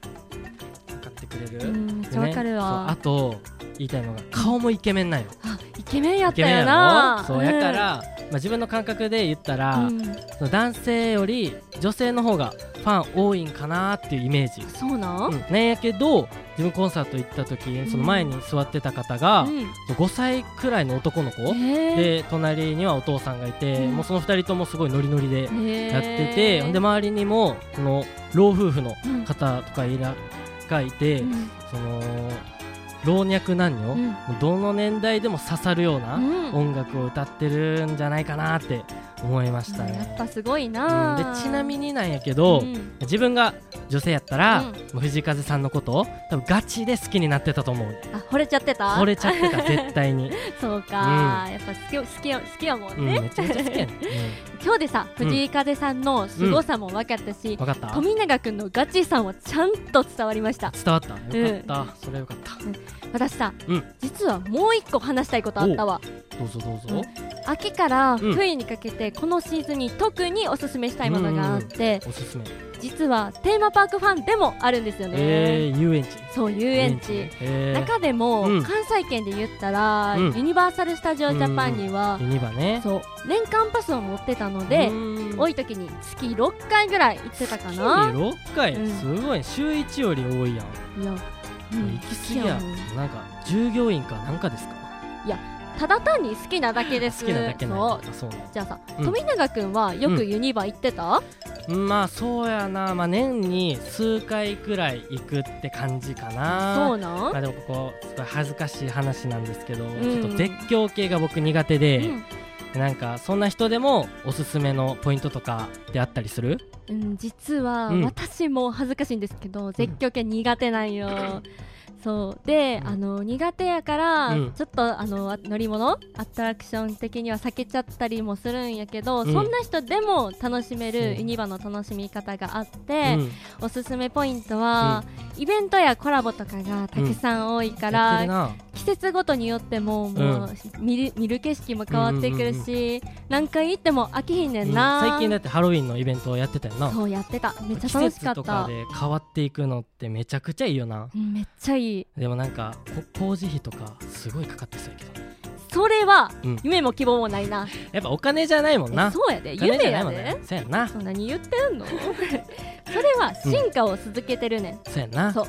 [SPEAKER 3] ってくれる、
[SPEAKER 4] うん、めっち
[SPEAKER 3] で
[SPEAKER 4] ゃ
[SPEAKER 3] ね
[SPEAKER 4] わかる
[SPEAKER 3] そう
[SPEAKER 4] わ
[SPEAKER 3] あ、と言いたいのが顔もイケメンなんよ
[SPEAKER 4] あイケメンや
[SPEAKER 3] イ
[SPEAKER 4] った
[SPEAKER 3] ケメン
[SPEAKER 4] よ
[SPEAKER 3] や
[SPEAKER 4] な
[SPEAKER 3] ろそうやから、まあ、自分の感覚で言ったら、
[SPEAKER 4] うんうん
[SPEAKER 3] その男性より女性の方がファン多いんかなっていうイメージ、
[SPEAKER 4] そうなん、
[SPEAKER 3] うん、なんやけど自分コンサート行った時その前に座ってた方が、
[SPEAKER 4] う
[SPEAKER 3] 5歳くらいの男の子、
[SPEAKER 4] ん、え
[SPEAKER 3] で隣にはお父さんがいて、
[SPEAKER 4] うん
[SPEAKER 3] もうその2人ともすごいノリノリで
[SPEAKER 4] ー、
[SPEAKER 3] やってて、ほんで周りにもその老夫婦の
[SPEAKER 4] うん
[SPEAKER 3] 方とかいらがいて、
[SPEAKER 4] うん
[SPEAKER 3] その老若男女、
[SPEAKER 4] うん
[SPEAKER 3] どの年代でも刺さるような
[SPEAKER 4] うん
[SPEAKER 3] 音楽を歌ってるんじゃないかなって思いましたね。
[SPEAKER 4] やっぱすごい
[SPEAKER 3] うん
[SPEAKER 4] な、
[SPEAKER 3] でちなみ
[SPEAKER 4] に
[SPEAKER 3] になんやけど、
[SPEAKER 4] うん
[SPEAKER 3] 自分が女性やったら、
[SPEAKER 4] うん
[SPEAKER 3] もう藤井風さんのことを多分ガチで好きになってたと思う
[SPEAKER 4] あ惚れちゃってた
[SPEAKER 3] 惚れちゃってた絶対 に、
[SPEAKER 4] そうか、やっぱ好き好きや好きやも
[SPEAKER 3] うんん、
[SPEAKER 4] ね、
[SPEAKER 3] めちゃめちゃ好きやね、
[SPEAKER 4] 今日でさ
[SPEAKER 3] うん
[SPEAKER 4] 藤井風さんの凄さも分かったし、
[SPEAKER 3] うん、分かった
[SPEAKER 4] 富永くんのガチさんはちゃんと伝わりました
[SPEAKER 3] 伝わったよかった、それはよかっ
[SPEAKER 4] 私さ、
[SPEAKER 3] うん
[SPEAKER 4] 実はもう一個話したいことあったわ
[SPEAKER 3] たどうぞどうぞ、
[SPEAKER 4] 秋から冬にかけてこのシーズンに特におすすめしたいものがあって、
[SPEAKER 3] おすすめ、
[SPEAKER 4] 実はテーマパークファンでもあるんですよね、
[SPEAKER 3] えー、遊園地
[SPEAKER 4] そう遊園地
[SPEAKER 3] ねえー、
[SPEAKER 4] 中でも、
[SPEAKER 3] うん
[SPEAKER 4] 関西圏で言ったら、
[SPEAKER 3] うん
[SPEAKER 4] ユニバーサル・スタジオ・ジャパンには、
[SPEAKER 3] ユニバね
[SPEAKER 4] そう年間パスを持ってたので、
[SPEAKER 3] うん
[SPEAKER 4] 多い時に月6回ぐらい行ってたかな、
[SPEAKER 3] 6回、
[SPEAKER 4] うん
[SPEAKER 3] すごい週1より多いやん、
[SPEAKER 4] いや、うん
[SPEAKER 3] 行き過ぎや
[SPEAKER 4] 好きやもん
[SPEAKER 3] なんか従業員かなんかですか
[SPEAKER 4] いただ単に好きなだけです
[SPEAKER 3] 好きなだけなん
[SPEAKER 4] そ
[SPEAKER 3] や
[SPEAKER 4] う
[SPEAKER 3] けどそうなんや
[SPEAKER 4] じゃあさ、
[SPEAKER 3] うん
[SPEAKER 4] 富永くんはよくユニバ行ってた、
[SPEAKER 3] まあそうやな、まあ、年に数回くらい行くって感じかな
[SPEAKER 4] そうなん、
[SPEAKER 3] まあ、でもここすごい恥ずかしい話なんですけど、
[SPEAKER 4] ん
[SPEAKER 3] ちょっと絶叫系が僕苦手で、
[SPEAKER 4] うん
[SPEAKER 3] なんかそんな人でもおすすめのポイントとかってあったりする
[SPEAKER 4] うん、実は
[SPEAKER 3] うん
[SPEAKER 4] 私も恥ずかしいんですけど、絶叫系苦手なん よ。そうで、
[SPEAKER 3] うん
[SPEAKER 4] あの苦手やから、
[SPEAKER 3] うん
[SPEAKER 4] ちょっとあの乗り物アトラクション的には避けちゃったりもするんやけど、
[SPEAKER 3] うん
[SPEAKER 4] そんな人でも楽しめ
[SPEAKER 3] う
[SPEAKER 4] る
[SPEAKER 3] ん
[SPEAKER 4] ユニバの楽しみ方があっ
[SPEAKER 3] う
[SPEAKER 4] て、
[SPEAKER 3] ん、
[SPEAKER 4] おすすめポイントは、イベントやコラボとかがたくさん多いから、
[SPEAKER 3] やってるな
[SPEAKER 4] 季節ごとによってももう、見る見る景色も変わってくるし、何回行っても飽きひんねんな、
[SPEAKER 3] うん最近だってハロウィンのイベントをやってたよな
[SPEAKER 4] そうやってためっち
[SPEAKER 3] 季
[SPEAKER 4] ゃ楽しか
[SPEAKER 3] 節と
[SPEAKER 4] った
[SPEAKER 3] かで変わっていくのってめちゃくちゃいいよな
[SPEAKER 4] うんめっちゃいい
[SPEAKER 3] でもなんかこ工事費とかすごいかかってそうやけど
[SPEAKER 4] それは
[SPEAKER 3] うん
[SPEAKER 4] 夢も希望もないな、
[SPEAKER 3] やっぱお金じゃないもんな
[SPEAKER 4] えそうやで
[SPEAKER 3] お金
[SPEAKER 4] 夢
[SPEAKER 3] じゃない
[SPEAKER 4] や
[SPEAKER 3] もん
[SPEAKER 4] で
[SPEAKER 3] ねそうやんな
[SPEAKER 4] そう何言って んのそれは進化を続けてるねん、
[SPEAKER 3] そうやんな
[SPEAKER 4] そう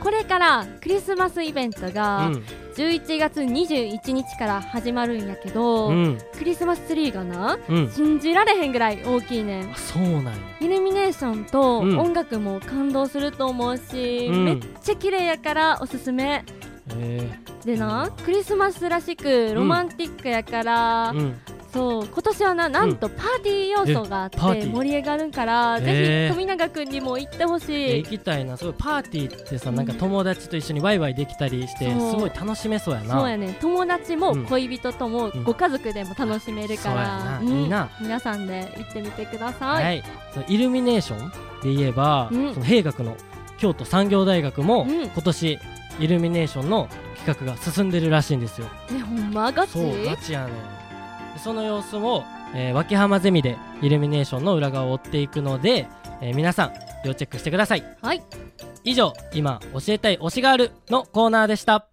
[SPEAKER 4] これからクリスマスイベントが
[SPEAKER 3] うん
[SPEAKER 4] 11月21日から始まるんやけど、
[SPEAKER 3] うん
[SPEAKER 4] クリスマスツリーがな
[SPEAKER 3] うん
[SPEAKER 4] 信じられへんぐらい大きいねん
[SPEAKER 3] あそうなんや
[SPEAKER 4] イルミネーションと
[SPEAKER 3] うん
[SPEAKER 4] 音楽も感動すると思うし、
[SPEAKER 3] うん
[SPEAKER 4] めっちゃ綺麗やからおすすめ
[SPEAKER 3] え
[SPEAKER 4] でなクリスマスらしくロマンティックやから、
[SPEAKER 3] ーうん
[SPEAKER 4] そう今年はななんとパーティー要素があっ
[SPEAKER 3] えパーテ
[SPEAKER 4] て
[SPEAKER 3] ィー
[SPEAKER 4] 盛り上がるから、
[SPEAKER 3] へ
[SPEAKER 4] ぜ
[SPEAKER 3] え
[SPEAKER 4] ひ富永くんにも行ってほ
[SPEAKER 3] いや
[SPEAKER 4] しい
[SPEAKER 3] 行きたいなすごいパーティーってさなんか友達と一緒にワイワイできたりして
[SPEAKER 4] そう
[SPEAKER 3] すごい楽しめそうやな
[SPEAKER 4] そうやね友達も
[SPEAKER 3] うん
[SPEAKER 4] 恋人とも
[SPEAKER 3] うん
[SPEAKER 4] ご家族でも楽しめるから、
[SPEAKER 3] そうやないいな
[SPEAKER 4] 皆さんで行ってみてください、
[SPEAKER 3] はいそのイルミネーションで言えば、
[SPEAKER 4] うん
[SPEAKER 3] その兵学の京都産業大学も、
[SPEAKER 4] うん
[SPEAKER 3] 今年イルミネーションの企画が進んでるらしいんですよ
[SPEAKER 4] ねほんまガチ
[SPEAKER 3] そうガチやねんでその様子を、えー、脇浜ゼミでイルミネーションの裏側を追っていくので、えー皆さん要チェックしてください
[SPEAKER 4] はい
[SPEAKER 3] 以上今教えたい推しがあるのコーナーでした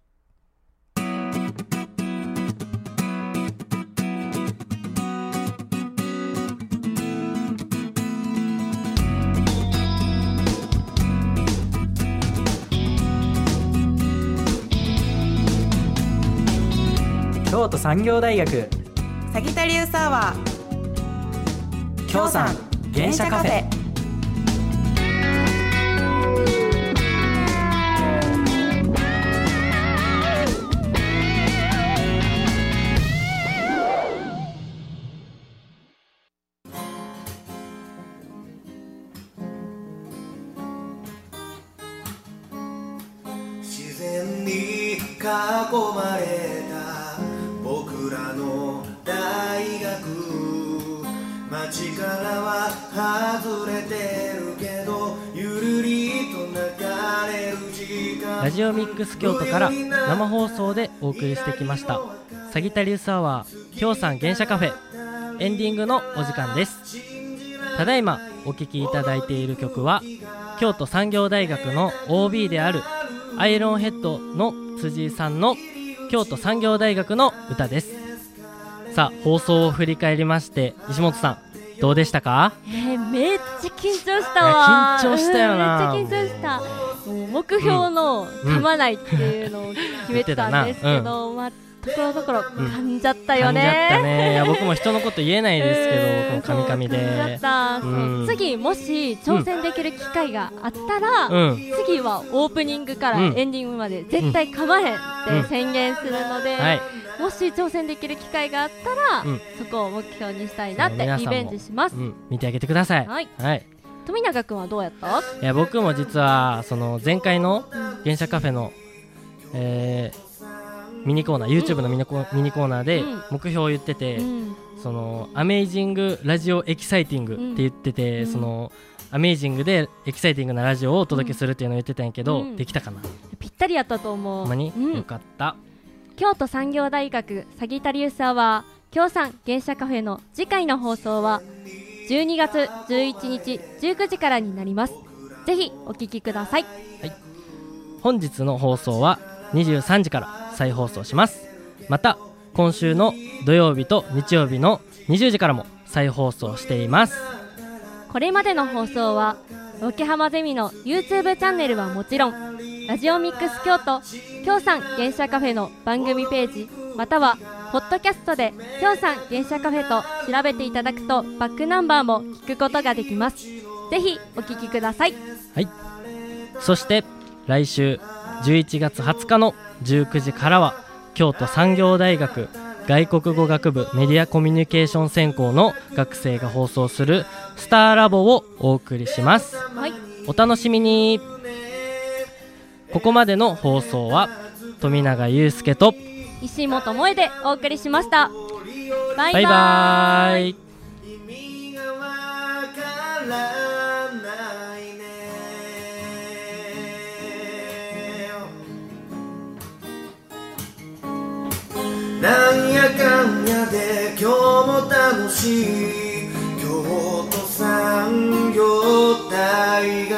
[SPEAKER 1] 京都産業大学
[SPEAKER 2] サギタリウサワー
[SPEAKER 1] 京山原車カフェ
[SPEAKER 5] 自然に囲まれた僕らの大学街からは外れてるけどゆるりと流れる時間
[SPEAKER 3] ラジオミックス京都から生放送でお送りしてきましたサギタリウスアワー京さん原車カフェエンディングのお時間ですただいまお聴きいただいている曲は京都産業大学の OB であるアイロンヘッドの辻井さんの京都産業大学の歌ですさあ放送を振り返りまして石本さんどうでしたか
[SPEAKER 4] えーめっちゃ緊張したわ
[SPEAKER 3] いや緊張したよな
[SPEAKER 4] うんめっちゃ緊張したもう目標の噛まないっていうのを決めてたんですけ
[SPEAKER 3] 言ってた
[SPEAKER 4] ど、まあところどころ
[SPEAKER 3] ん
[SPEAKER 4] 噛んじゃったよ
[SPEAKER 3] 噛んじゃった
[SPEAKER 4] ね、
[SPEAKER 3] ねいや僕も人のこと言えないです
[SPEAKER 4] うん
[SPEAKER 3] けどこのカ ミカミ
[SPEAKER 4] そう噛ん
[SPEAKER 3] で
[SPEAKER 4] じゃったそう
[SPEAKER 3] うん
[SPEAKER 4] 次もし挑戦できる機会があったら、
[SPEAKER 3] うん
[SPEAKER 4] 次はオープニングから
[SPEAKER 3] うん
[SPEAKER 4] エンディングまで絶対噛まへんって宣言するので、
[SPEAKER 3] はい
[SPEAKER 4] もし挑戦できる機会があったら、
[SPEAKER 3] うん
[SPEAKER 4] そこを目標にしたいなっ
[SPEAKER 3] そう皆さ
[SPEAKER 4] て
[SPEAKER 3] ん
[SPEAKER 4] リ
[SPEAKER 3] も
[SPEAKER 4] ベンジします、
[SPEAKER 3] うん、見てあげてください。
[SPEAKER 4] はい
[SPEAKER 3] はい、
[SPEAKER 4] 富永君はどうやった
[SPEAKER 3] いや僕も実はその前回の原車カフェの、えーミニコーナー YouTube のミニコ,、ミニコーナーで
[SPEAKER 4] うん
[SPEAKER 3] 目標を言ってて、
[SPEAKER 4] うん
[SPEAKER 3] そのアメイジングラジオエキサイティングって言ってて、
[SPEAKER 4] うん
[SPEAKER 3] そのアメイジングでエキサイティングなラジオをお届けするっていうのを言ってたんやけど、
[SPEAKER 4] うん
[SPEAKER 3] できたかな、
[SPEAKER 4] ぴったりやったと思う。
[SPEAKER 3] ほんまに、
[SPEAKER 4] う
[SPEAKER 3] よ
[SPEAKER 4] ん、
[SPEAKER 3] かった
[SPEAKER 4] 京都産業大学サギタリウスアワー京産芸者カフェの次回の放送は12月11日19時からになります。ぜひお聞きください。
[SPEAKER 3] 本日の放送は23時から再放送しますまた今週の土曜日と日曜日の20時からも再放送しています
[SPEAKER 4] これまでの放送は沖浜ゼミの YouTube チャンネルはもちろんラジオミックス京都京産芸者カフェの番組ページまたはポッドキャストで「きょうさん原社カフェ」と調べていただくとバックナンバーも聞くことができますぜひお聴きください
[SPEAKER 3] はいそして来週11月20日の19時からは京都産業大学外国語学部メディアコミュニケーション専攻の学生が放送する「スターラボ」をお送りします
[SPEAKER 4] はい
[SPEAKER 3] お楽しみにここまでの放送は富永祐介と
[SPEAKER 4] 石本萌でお送りしましたバ
[SPEAKER 3] バイ
[SPEAKER 4] イバーイ
[SPEAKER 3] バーイ
[SPEAKER 5] 意味がわからないねなんやかんやで今日も楽しい京都産業大学